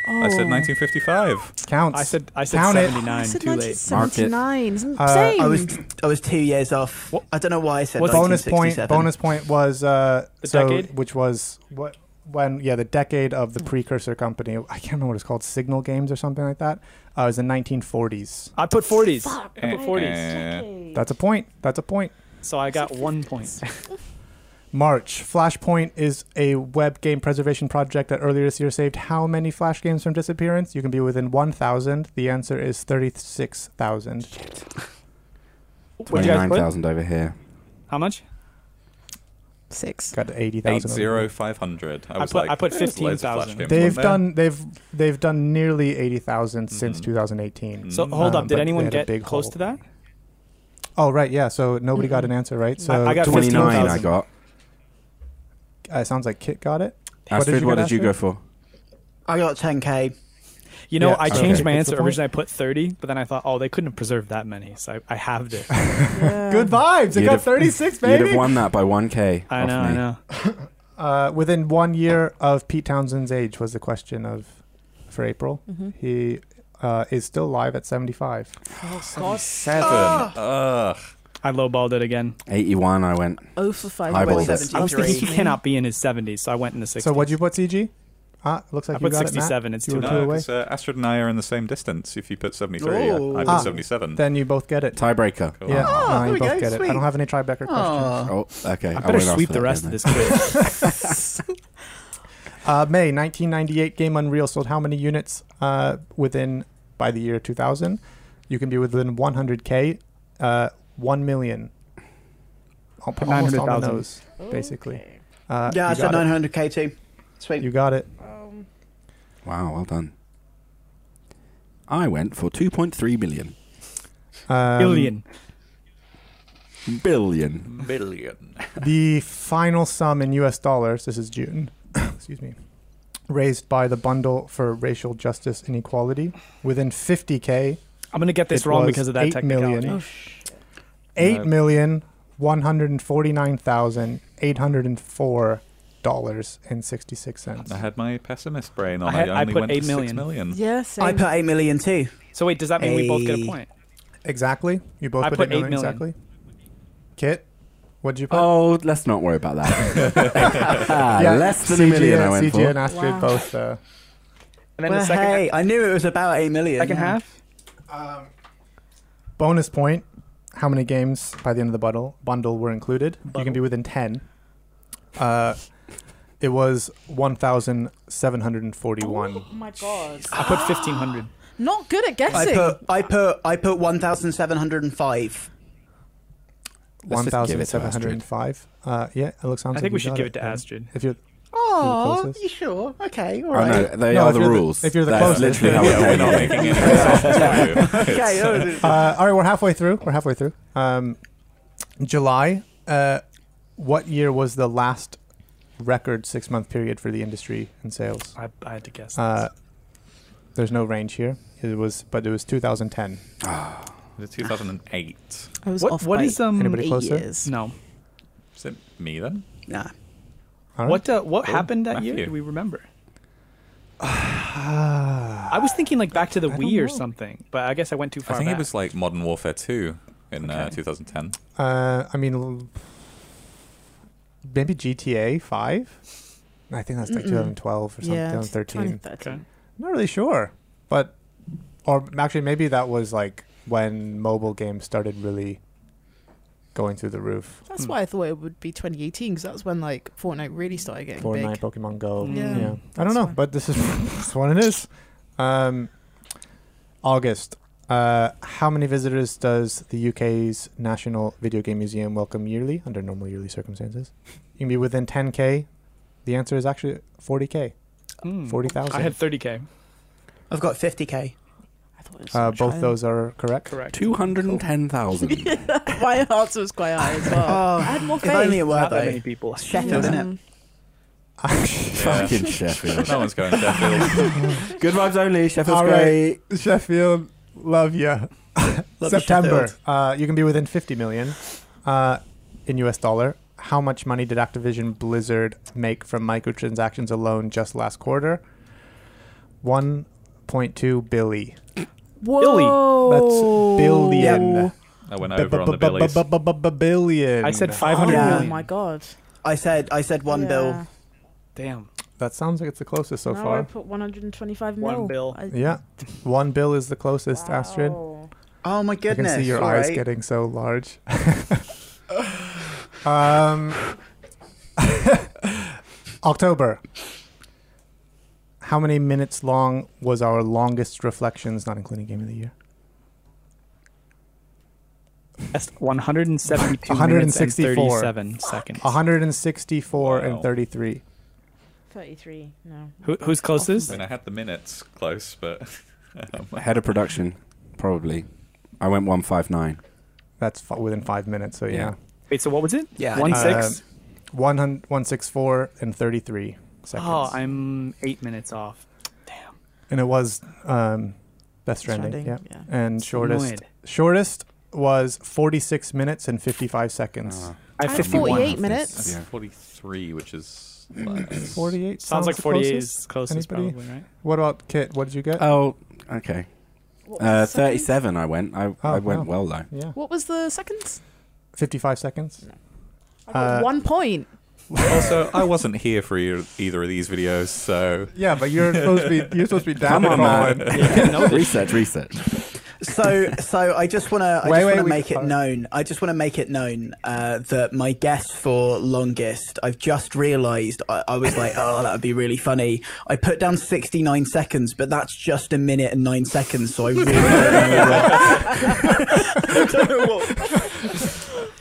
I said
Oh.
1955.
Counts.
I said I said
Count it.
seventy
I
nine.
said
Too late.
1979. Same.
Uh,
I was I was two years off. I don't know why I said
What's-
bonus point
1967.
bonus point was uh
The
so,
decade? Hmm.
which was what when yeah the decade of the precursor company i can't remember what it's called signal games or something like that uh, it was the 1940s
I put forties. I
Fuck,
put
right.
forties.
Eh.
that's a point that's a point
So I got one point.
march flashpoint is a web game preservation project that earlier this year saved how many flash games from disappearance you can be within 1000 the answer is 36000
What'd you guys put?
29,000 over here.
How much?
six.
got 80000
Eight zero five hundred. I
I
was
put-
like,
I put
there's loads of
15,000.
flash games
they've
on there.
done they've they've done nearly 80000 since
Mhm.
2018
So
Mm.
hold
Um,
up.
but
Did
they
anyone
had a
get
big
close
hole.
to that?
Oh right, yeah. So nobody got an
Mm-mm.
answer right. So
I- I got
29 I
15,000.
got.
Uh, it sounds like Kit got it. What did
Astrid,
you
what
get,
did you go
Astrid?
for?
I got ten k.
You know,
Yeah,
I
so-
changed
Okay.
my
What's the
answer.
point?
Originally, I put thirty, but then I thought, oh, they couldn't have preserved that many, so I, I halved it.
Uh,
Yeah.
Good vibes. It
You'd
got
have-
thirty six,
You'd
baby.
have won that by 1K.
I
off
know,
me.
I know.
Uh, within one year of Pete Townsend's age was the question of for April.
Mhm.
He uh, is still live at seventy five.
Oh God.
Seven. Ugh.
I lowballed it again.
81 I went.
Oh for five.
Eyeballed
points.
it.
I was thinking he
Three.
cannot be in his seventies, so I went in the sixties.
So what'd you put, CG? Ah, looks like
I
you
put
got it, Matt.
sixty-seven. It's
You
too
were
low.
two
No,
away.
'cause, uh, Astrid and I are in the same distance. If you put 73,
Oh.
I put
Ah.
77.
Then you both get it.
Tiebreaker. breaker.
Cool.
Yeah,
Oh,
nah,
there
you
we
both
go,
get it. I
sweet.
don't have any Tribeca questions.
Oh, okay.
I
went
better
off
sweep
for
the
that,
rest of
didn't
this quiz.
Uh, May 1998 game Unreal sold how many units uh, within by the year 2000? You can be within 100k, uh, 1 million. Al- Almost on the
900,000.
nose, basically. Uh,
Yeah, I
you
said
got it.
nine hundred k too. Sweet.
You got it.
I? Wow, well done. I went for 2.3 million.
Um,
Billion.
Billion.
Million.
The final sum in US dollars, this is June, excuse me, raised by the Bundle for Racial Justice and Equality. Within 50K,
I'm gonna get this
It
wrong
was
because of that
8 million.
technicality. Oh,
eight
No.
million one hundred forty-nine thousand eight hundred and four dollars and sixty-six cents.
I had my pessimist brain on.
I had-
I
I
only
put
went to
8
six
million.
million.
Yeah, same.
I put eight million too.
So wait, does that mean we both get a
Hey.
point?
Exactly. You both
I
put,
put
eight million,
eight million.
exactly. Kit, what'd you put?
Oh, let's not worry about that. Less than a
CG
million I
and-
went
CG and
for.
Astrid
Wow.
both. Uh,
And then
well,
the second
hey, I knew it was about eight million.
second
yeah.
half.
bonus point: How many games by the end of the bundle bundle were included? You can be within ten. Uh, it was one thousand seven hundred and forty-one.
Oh my god.
I put 1500.
Not good at
I
guessing.
put I put I put one thousand seven hundred and five.
Let's
One
just give
thousand
it to
seven hundred and five. Uh, yeah, it looks.
I think we should give it to Astrid.
If you're
Oh,
closest.
you sure? Okay, all
Oh,
right.
no, they
No,
are
if
the
you're the-
rules.
if you're the
That's
closest,
literally how we're
then-
Yeah, we're
playing
not
it.
making any concessions to you.
Okay,
It's-
oh,
Uh, all right, we're halfway through. We're halfway through. Um, July. Uh, what year was the last record six month period for the industry and sales?
I, I had to guess.
Uh, there's no range here. It was, but it was 2010.
Is it 2008?
I was
what
off
what
by
is um
Anybody
eight
closer?
years.
no.
Is it me then?
nah.
All right.
What uh, what happened that year?
Matthew.
Do we remember?
Ah.
I was thinking like back to the Wii or something, but I guess I went too far.
I think
back.
it was like Modern Warfare 2 in uh,
Okay.
2010.
Uh, I mean, l- maybe GTA 5. I think that's like
Mm-mm.
2012 or something.
Yeah,
2013.
2013.
Okay.
Not really sure, but or actually maybe that was like when mobile games started really going through the roof.
That's
Hmm.
why I thought it would be 2018 because that's when like Fortnite really started getting
Fortnite,
big.
Pokemon Go.
Mm.
Yeah,
Yeah,
I don't
that's
know,
fine.
but this is that's what it is. Um, August. Uh, how many visitors does the UK's National Video Game Museum welcome yearly under normal yearly circumstances? You can be within 10k. The answer is actually 40k,
Hmm.
40,000.
I had 30k.
I've got fifty k.
I thought it was
Uh,
much
both
higher.
those are correct.
Correct.
210,000.
My answer was quite high as well.
Oh,
I had more
If only
faith.
it were
Not that many
though.
people.
Sheffield,
Yeah.
isn't it?
Fucking Sheffield.
No one's going Sheffield.
Good vibes only. Sheffield's
All
great.
right, Sheffield, love ya.
Love
September.
Sheffield.
Uh, you can be within 50 million uh, in US dollar. How much money did Activision Blizzard make from microtransactions alone just last quarter? 1.2 billy.
Whoa. Oh.
That's billion.
Yeah.
I went over on the billies.
Billion.
I said 500
Yeah.
million.
Oh my god.
I said I said one
Yeah.
bill.
Damn.
That sounds like it's the closest so
now I
far.
put 125
One
mil.
bill.
I,
Yeah, one bill is the closest, Astrid.
Wow.
Oh my
I can
goodness!
see your
all
eyes
right.
getting so large. um, October. How many minutes long was our longest reflections, not including game of the year?
That's 172
164.
minutes and 37 seconds.
164
Wow.
and 33.
33. No.
Who, who's closest?
I mean, I had the minutes close, but um,
Head of production, probably. I went 159.
That's f- within five minutes, so yeah.
Yeah.
Wait, so what was it?
Yeah,
One
I
Uh,
six?
100 164 and 33 seconds.
Oh, I'm eight minutes off. Damn.
and it was um, best trending.
Trending,
Yeah.
yeah.
And shortest
Annoyed.
shortest was 46 minutes and 55 seconds.
Ah.
I
I
have
had
51.
48
that's
minutes.
Yeah.
43, which is less.
48
Sounds like
the
48
closest?
is closest,
Anybody?
probably, right?
What about Kit? What did you get?
Oh, okay.
What was
Uh,
the second?
37 I went. I, I
Oh,
went
wow.
well, though.
yeah,
What was the seconds?
55 seconds.
I got
Uh,
one point.
also, I wasn't here for e- either of these videos, so
Yeah, but you're supposed to be you're supposed to be down
Come on, man. research, research.
So so I just want to I
Wait, wait,
just want to
we-
make it
sorry.
known. I just want to make it known uh, that my guess for longest. I've just realised. I, I was like, oh, that would be really funny. I put down sixty nine seconds, but that's just a minute and nine seconds. So I really don't know what- don't know what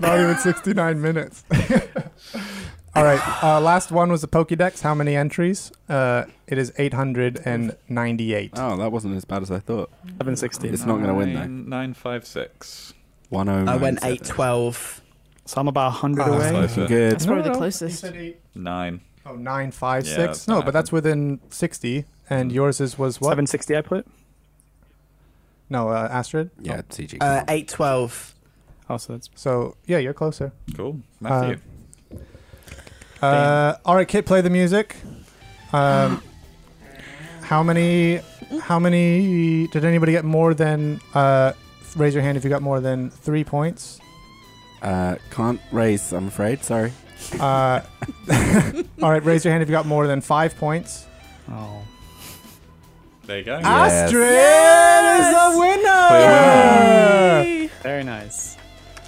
Not even 69 minutes. All right. Uh, last one was the Pokédex. How many entries? Uh, it is 898.
Oh, that wasn't as bad as I thought.
760.
It's not going to win, though.
Nine- 956.
I
109.
went eight twelve.
So I'm about 100
Uh,
away.
Closer.
Good.
That's
No,
probably
no,
the
no.
closest.
Nine.
Oh, nine five six.
Yeah, that's
No,
not
but that's within sixty. And yours is was what?
760 I put.
No, uh, Astrid.
Yeah,
Oh,
CG.
Uh, eight twelve.
Oh, so that's
So yeah, you're closer.
Cool. Matthew.
Uh, all right, Kit, play the music. Um, how many? How many? Did anybody get more than? Uh, raise your hand if you got more than three points.
Uh, can't raise, I'm afraid. Sorry.
Uh, all right, raise your hand if you got more than five points.
oh.
there you go.
Yes.
Astrid is
Yes!
the
Clear
winner.
Very nice.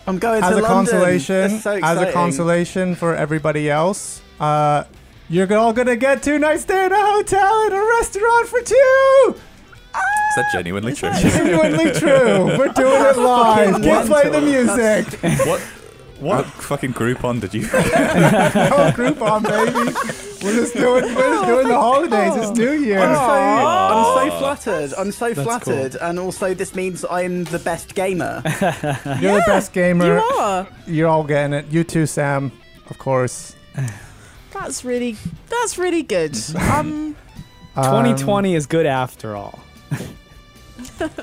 I'm going
as
to
a
London.
consolation,
That's so
as a
exciting.
consolation for everybody else, uh, you're all gonna get two nights stay in a hotel and a restaurant for two.
Is that genuinely true?
Genuinely true. We're doing it live.
Fucking
Get play the
wonderful.
music.
what what fucking Groupon did you
Oh, Groupon, baby. We're just doing. We're just doing the holidays. It's New
Oh, I'm
Year.
so,
Oh.
I'm so flattered. I'm so
That's
flattered, and also this means I'm the best gamer.
You're the best
You
gamer.
are.
You're all getting it. You too, Sam. Of course.
That's really that's really good. Um
Um,
2020 is good after all.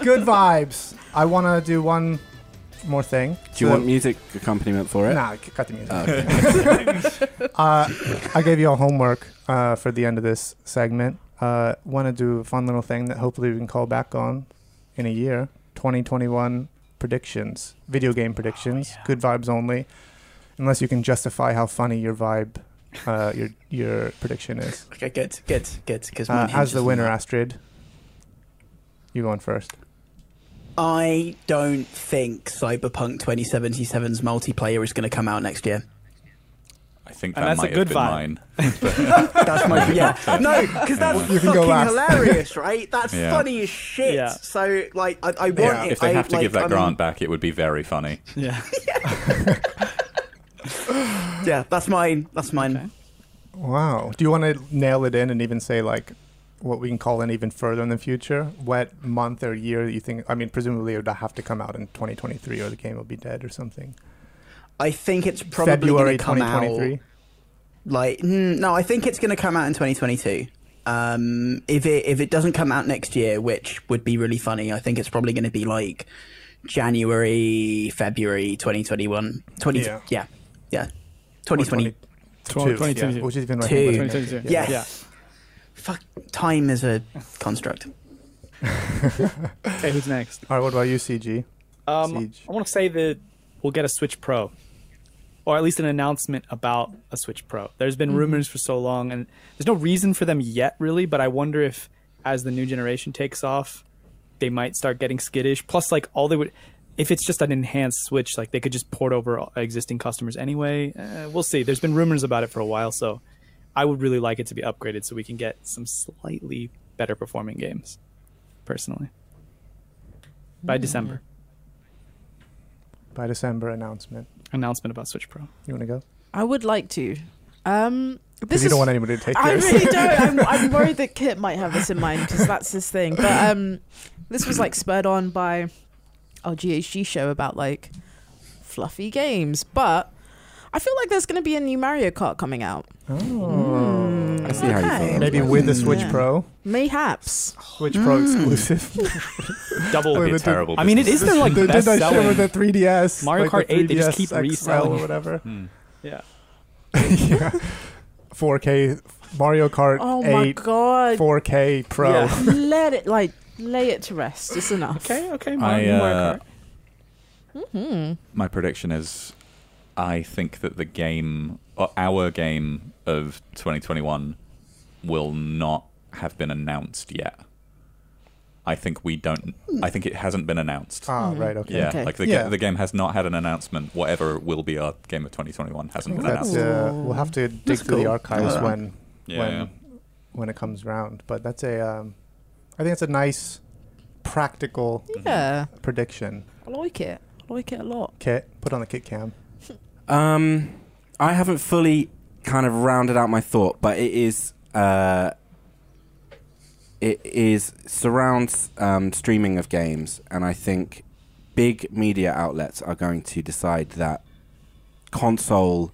Good vibes. I want to do one more thing.
Do you
So-
want music accompaniment for it?
Nah, c- cut the music.
Oh, okay.
uh, I gave you all homework uh, for the end of this segment. Uh, Want to do a fun little thing that hopefully we can call back on in a year. 2021 predictions, video game predictions, good vibes only, unless you can justify how funny your vibe, uh, your your prediction is.
okay, good, good, good. Because
Uh, as the winner, Astrid, you going first?
I don't think Cyberpunk 2077's multiplayer is going to come out next year.
I think
And
that
that's a
might have
good
been
vibe.
mine.
That's my yeah. No, because that's
You can go
fucking
last.
hilarious, right? That's
Yeah.
funny as shit.
Yeah.
So like, I, I want
Yeah.
it.
If they
I,
have to
like,
give that
I'm-
grant back, it would be very funny.
Yeah.
yeah, that's mine. That's mine.
Okay.
Wow. Do you want to nail it in and even say like what we can call in even further in the future? What month or year that you think? I mean, presumably it would have to come out in 2023, or the game will be dead or something.
I think it's probably
February
going to come out.
2023.
Like, mm, no, I think it's going to come out in 2022. Um, if it if it doesn't come out next year, which would be really funny, I think it's probably going to be like January, February 2021. 20,
Yeah.
yeah. yeah, 2020.
2022.
yeah, which is even right.
Two.
in
2022.
Yeah.
Yes. Fuck, time is a construct.
Okay, who's next?
All right. What about you, CG?
Um,
Siege.
I want to say that we'll get a Switch Pro, or at least an announcement about a Switch Pro. There's been rumors for so long, and there's no reason for them yet, really. But I wonder if, as the new generation takes off, they might start getting skittish. Plus, like all they would, if it's just an enhanced Switch, like they could just port over all- existing customers anyway. Uh, we'll see. There's been rumors about it for a while, so I would really like it to be upgraded so we can get some slightly better performing games, personally. By December.
By December announcement.
announcement about Switch Pro.
You want to go?
I would like to. Um this
Because
is
you don't want anybody to take
I
yours.
really don't. I'm, I'm worried that Kit might have this in mind because that's his thing. But um, this was like spurred on by our GHG show about like fluffy games. But I feel like there's going to be a new Mario Kart coming out. Hmm.
Oh.
Mm.
I see how you
Okay.
feel.
Maybe with the
Mm.
Switch
Yeah.
Pro,
Mayhaps.
Switch Pro
Mm.
exclusive.
Double.
Wait,
It'd be
but
a
did-
terrible.
I mean, it is
business.
their like
they did
best
that shit
selling.
with the 3DS,
Mario
like the
Kart 8, they just
3DS
keep
XL
reselling.
or whatever.
Hmm.
yeah.
yeah. 4K Mario Kart
Oh my
8
god.
4K Pro.
Yeah.
Let it like lay it to rest. It's enough.
Okay. Okay.
I,
Mario
uh,
Kart.
my prediction is, I think that the game, or our game of 2021, will not have been announced yet. I think we don't. I think it hasn't been announced.
Ah,
Mhm.
right, okay.
Yeah,
Okay.
like the,
Yeah.
Ga- the game has not had an announcement. Whatever will be our game of 2021 hasn't been
That's,
announced.
uh, we'll have to dig
That's
through the
cool.
archives
Yeah.
when
Yeah,
when
yeah.
when it comes round. But that's a, um, I think it's a nice practical
Yeah.
prediction.
I like it. I like it a lot.
Kit, put on the kit cam.
Um, I haven't fully kind of rounded out my thought, but it is uh, it is surrounds um, streaming of games, and I think big media outlets are going to decide that console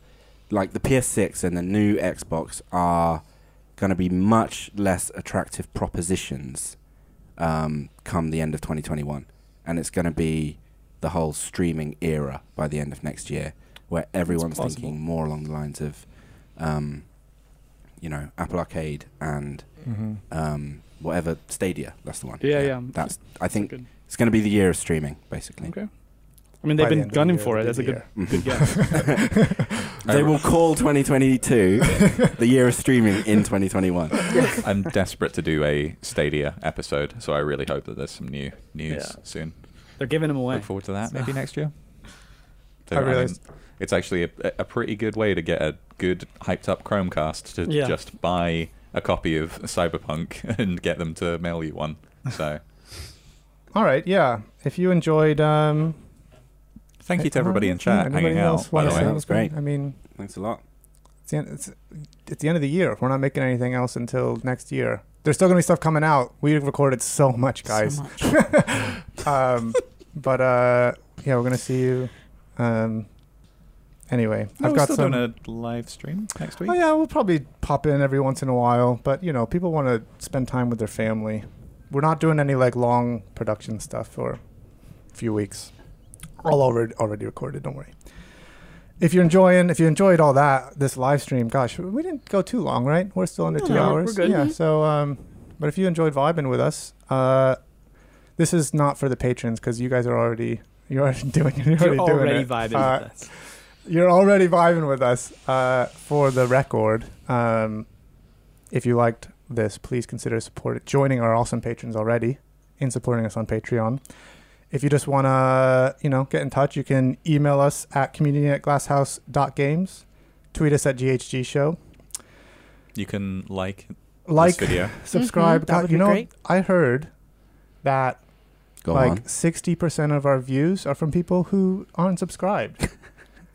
like the PS6 and the new Xbox are going to be much less attractive propositions um, come the end of 2021, and it's going to be the whole streaming era by the end of next year, where everyone's
possible.
thinking more along the lines of, um, you know, Apple Arcade and
Mm-hmm.
um, whatever Stadia. That's the one.
Yeah, yeah.
That's. I think
Good.
it's going to be the year of streaming, basically.
Okay. I mean, they've been gunning for it. That's a good, good
Mhm.
guess.
They will call 2022 the year of streaming in 2021.
I'm desperate to do a Stadia episode, so I really hope that there's some new news
Yeah.
soon.
They're giving them away.
Look forward to that maybe next year.
Ah.
So,
I
mean,
realized-
it's actually a, a pretty good way to get a good hyped up Chromecast to
Yeah.
just buy a copy of Cyberpunk and get them to mail you one. So
All right, yeah. If you enjoyed, um,
thank you to everybody in
yeah,
chat
anybody
hanging out.
else
By
wanna
the
say
Yeah,
way,
that was
anything?
great.
I mean,
Thanks a lot.
it's the, end, it's it's the end of the year. We're not making anything else until next year. There's still gonna be stuff coming out. We recorded so much, guys.
So much.
um, but uh, yeah, we're gonna see you. Um, anyway,
No,
I've
we're
got
still
some.
doing a live stream next week.
Oh yeah, we'll probably pop in every once in a while, but you know, people want to spend time with their family. We're not doing any like long production stuff for a few weeks. All already already recorded. Don't worry. If you're enjoying, if you enjoyed all that, this live stream, gosh, we didn't go too long, right? We're still under
No,
two
no, we're-
hours.
we're good. Mm-hmm.
Yeah.
Mhm.
So, um, but if you enjoyed vibing with us, uh, this is not for the patrons because you guys are already you're already doing you're already,
You're already
doing it.
vibing
Uh,
with us.
you're already vibing with us uh, for the record. Um, if you liked this, please consider support joining our awesome patrons already in supporting us on Patreon. If you just want to, you know, get in touch, you can email us at community at glasshouse.games, tweet us at GHG show,
You can like,
like,
this video.
subscribe.
Mhm, that would
God, you
be
know,
great.
I heard that
Go on.
like 60% of our views are from people who aren't subscribed.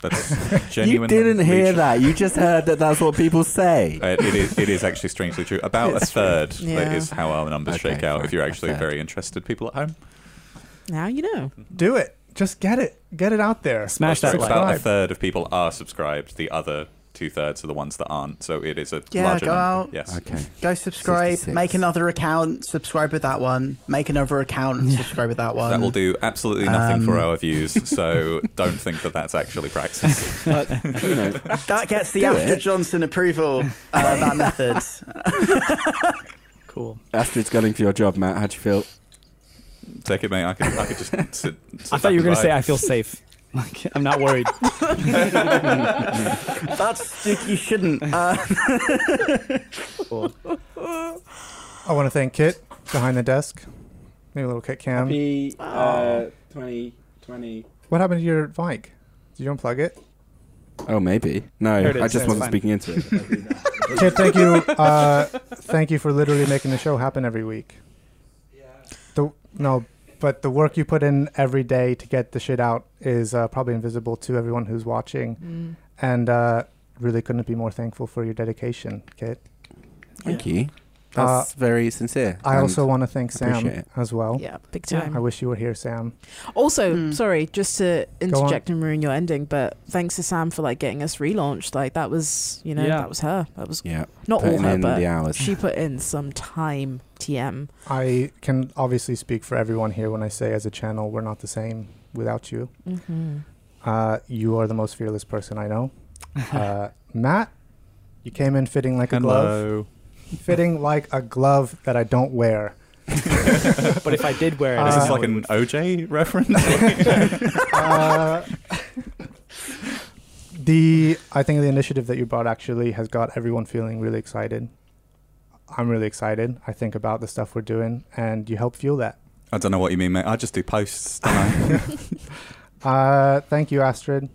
That's
You
genuine.
didn't hear that. You just heard that that's what people say.
Uh, it is. It is actually strangely true. About a
It's
third
true.
that
Yeah.
is how our numbers
Okay,
shake out.
fine,
If you're
a
actually
third.
very interested people at home,
Now you know.
Do it. Just get it. Get it out there.
Smash that
So
like.
about
Subscribe.
a third of people are subscribed. The other two thirds are the ones that aren't. So it is a
Yeah,
larger
go
number.
out.
Yes.
Okay.
Go subscribe,
66.
make another account, subscribe with that one, make another account, and subscribe with that one.
That will do absolutely nothing for
Um,
our views, so don't think that that's actually practice.
But, you know,
That gets the
Do
after
it.
Johnson approval. Uh, that method.
Cool.
Astrid's gunning for your job, Matt. How'd you feel?
Take it, mate. I could, I could just sit. sit
I
back
thought you were
and
going to say,
vibe.
I feel safe. Like, I'm not worried.
That's you, you shouldn't. Uh,
I want to thank Kit behind the desk. Maybe a little Kit Cam.
Happy uh, 2020.
What happened to your mic? Did you unplug it?
Oh, maybe. No,
There it is.
I just
It's
wasn't
fine.
speaking into it.
Kit, thank you. Uh, thank you for literally making the show happen every week. The no, but the work you put in every day to get the shit out is uh, probably invisible to everyone who's watching,
Mm.
and uh, really couldn't be more thankful for your dedication, Kit.
Thank you.
Uh,
That's very sincere.
I
and
also want to thank
appreciate
Sam
it.
as well.
Oh. Yeah, big
Yeah.
time. Hmm.
I wish you were here, Sam.
Also,
Mm.
sorry, just to
on.
interject and ruin your ending, but thanks to Sam for like getting us relaunched. Like that was, you know,
Yeah.
that was her. That was
Yeah.
not all
Putting
her,
in
but
the hours.
she put in some time. TM.
I can obviously speak for everyone here when I say, as a channel, we're not the same without you.
hmm
Uh, you are the most fearless person I know. Uh, Matt, you came in fitting like a glove.
Hello.
Fitting like a glove that I don't wear.
but if I did wear it,
Is
I
this
know
like
it
an
would-
OJ reference?
Uh, the I think the initiative that you brought actually has got everyone feeling really excited. I'm really excited. I think about the stuff we're doing, and you help fuel that.
I don't know what you mean, mate. I just do posts. Don't I?
Uh, thank you, Astrid.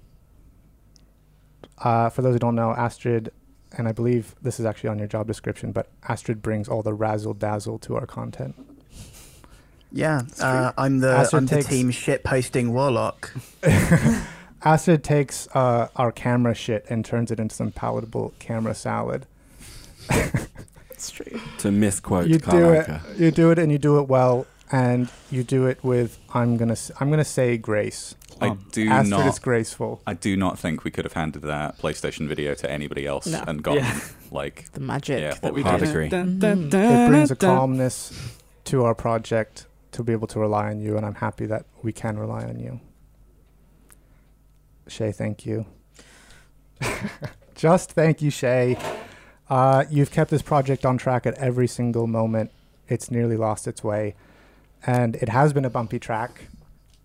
Uh, for those who don't know, Astrid, and I believe this is actually on your job description, but Astrid brings all the razzle dazzle to our content.
yeah, uh, I'm the
Astrid
I'm the
takes-
team shit posting warlock.
Acid takes uh, our camera shit and turns it into some palatable camera salad.
It's true.
to misquote
you
Carl
do it.
Anka.
You do it, and you do it well. and you do it with I'm gonna s- I'm gonna say grace.
I
Um,
do
Astrid
not.
is graceful.
I do not think we could have handed that PlayStation video to anybody else
No.
and gotten
Yeah.
like
The magic
Yeah,
that
what
we
we Hard
did.
did. agree.
It brings a calmness to our project to be able to rely on you, and I'm happy that we can rely on you. Shay, thank you. Just thank you, Shay. Uh, you've kept this project on track at every single moment. It's nearly lost its way, and it has been a bumpy track.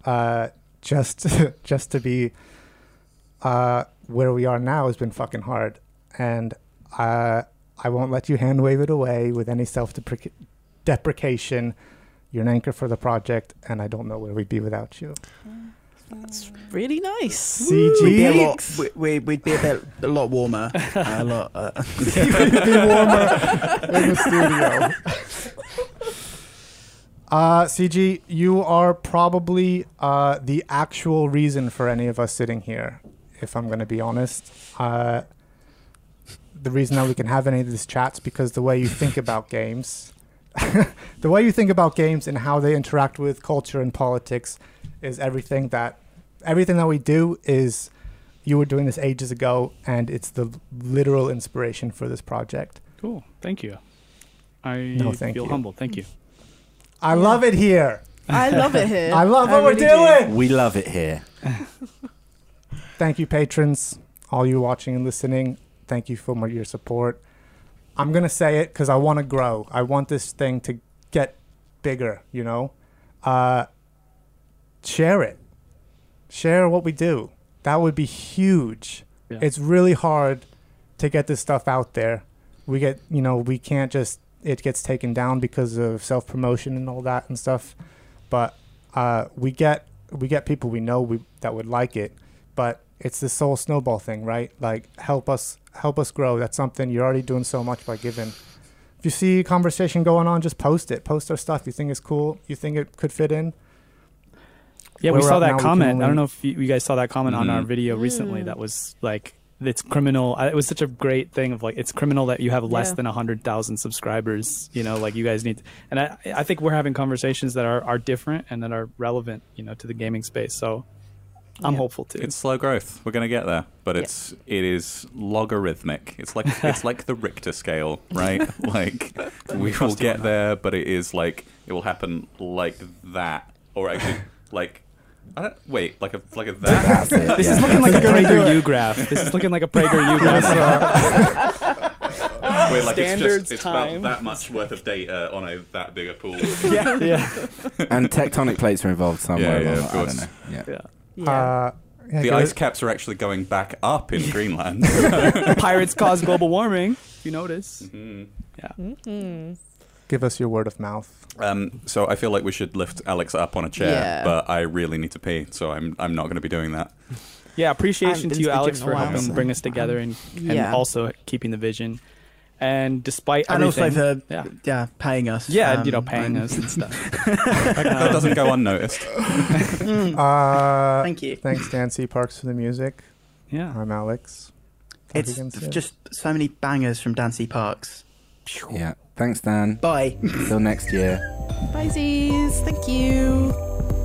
Uh, just, just to be uh, where we are now has been fucking hard, and uh, I won't let you hand wave it away with any self deprecation. You're an anchor for the project, and I don't know where we'd be without you.
That's really nice.
We'd be a
CG
lot. We, we, we'd be a bit a lot warmer. and a lot. Uh,
would be warmer in the studio. Uh, CG, you are probably uh, the actual reason for any of us sitting here, if I'm going to be honest. Uh, the reason that we can have any of these chats because the way you think about games, the way you think about games and how they interact with culture and politics, is everything that everything that we do is you were doing this ages ago, and it's the literal inspiration for this project.
Cool. Thank you. I
No, thank
feel
you.
humbled. Thank you.
I love it here.
I love it here.
I love what
really do.
we're doing.
We love it here.
Thank you, patrons, all you watching and listening. Thank you for mo- your support. I'm gonna say it because I want to grow. I want this thing to get bigger. You know, uh, share it. Share what we do. That would be huge.
Yeah.
It's really hard to get this stuff out there. We get, you know, we can't just it gets taken down because of self promotion and all that and stuff. But uh, we get we get people we know we, that would like it. But it's this whole snowball thing, right? Like help us help us grow. That's something you're already doing so much by giving. If you see conversation going on, just post it. Post our stuff. You think it's cool. You think it could fit in.
Yeah,
Where
we
we're
saw
at now,
that
we can
comment. I
only-
don't know if you, you guys saw that comment on our
Mhm.
video recently.
Mm.
That was like it's criminal. I- It was such a great thing of like it's criminal that you have less
Yeah.
than hundred thousand subscribers. You know, like you guys need. And I I think we're having conversations that are are different and that are relevant. You know, to the gaming space. So I'm
Yeah.
hopeful too.
it's slow growth. We're gonna get there, but
Yeah.
it's it is logarithmic. It's like it's like the Richter scale, right? like we will
trust you
get
on
there, but it is like it will happen like that, or actually like I don't wait like a like a that.
That's it.
this
yeah.
is looking like a
It's gonna do
Prager
it.
U graph. This is looking like a Prager U graph.
uh,
Wait, like it's
Standards,
just it's
time.
about that much worth of data on a that bigger pool.
yeah, yeah.
and tectonic plates are involved somewhere.
Yeah, yeah,
along that.
of
I don't
course.
know. Yeah.
Yeah.
Yeah.
Uh, yeah,
The
give
ice
it-
caps are actually going back up in Greenland.
Pirates cause global warming. If you notice.
Mm-hmm.
Mhm.
Mhm.
give us your word of mouth.
Um, so I feel like we should lift Alex up on a chair,
Yeah.
but I really need to pee, so I'm I'm not going to be doing that.
Yeah,
I haven't
appreciation
been
to
to
you,
the
Alex,
gym in a
for
while,
helping
so
bring us together and,
Yeah.
and also keeping the vision. And despite
and also
everything,
for yeah.
yeah,
paying us.
yeah, and, you know,
um,
paying
and-
us and stuff.
That, that doesn't go unnoticed.
Mm,
Uh,
Thank you.
Thanks, Dancy Parks, for the music.
Yeah,
I'm Alex. Talk
It's
again soon.
just so many bangers from Dancy Parks.
yeah. Thanks, Dan.
Bye.
Till next year.
Bye, Z's. Thank you.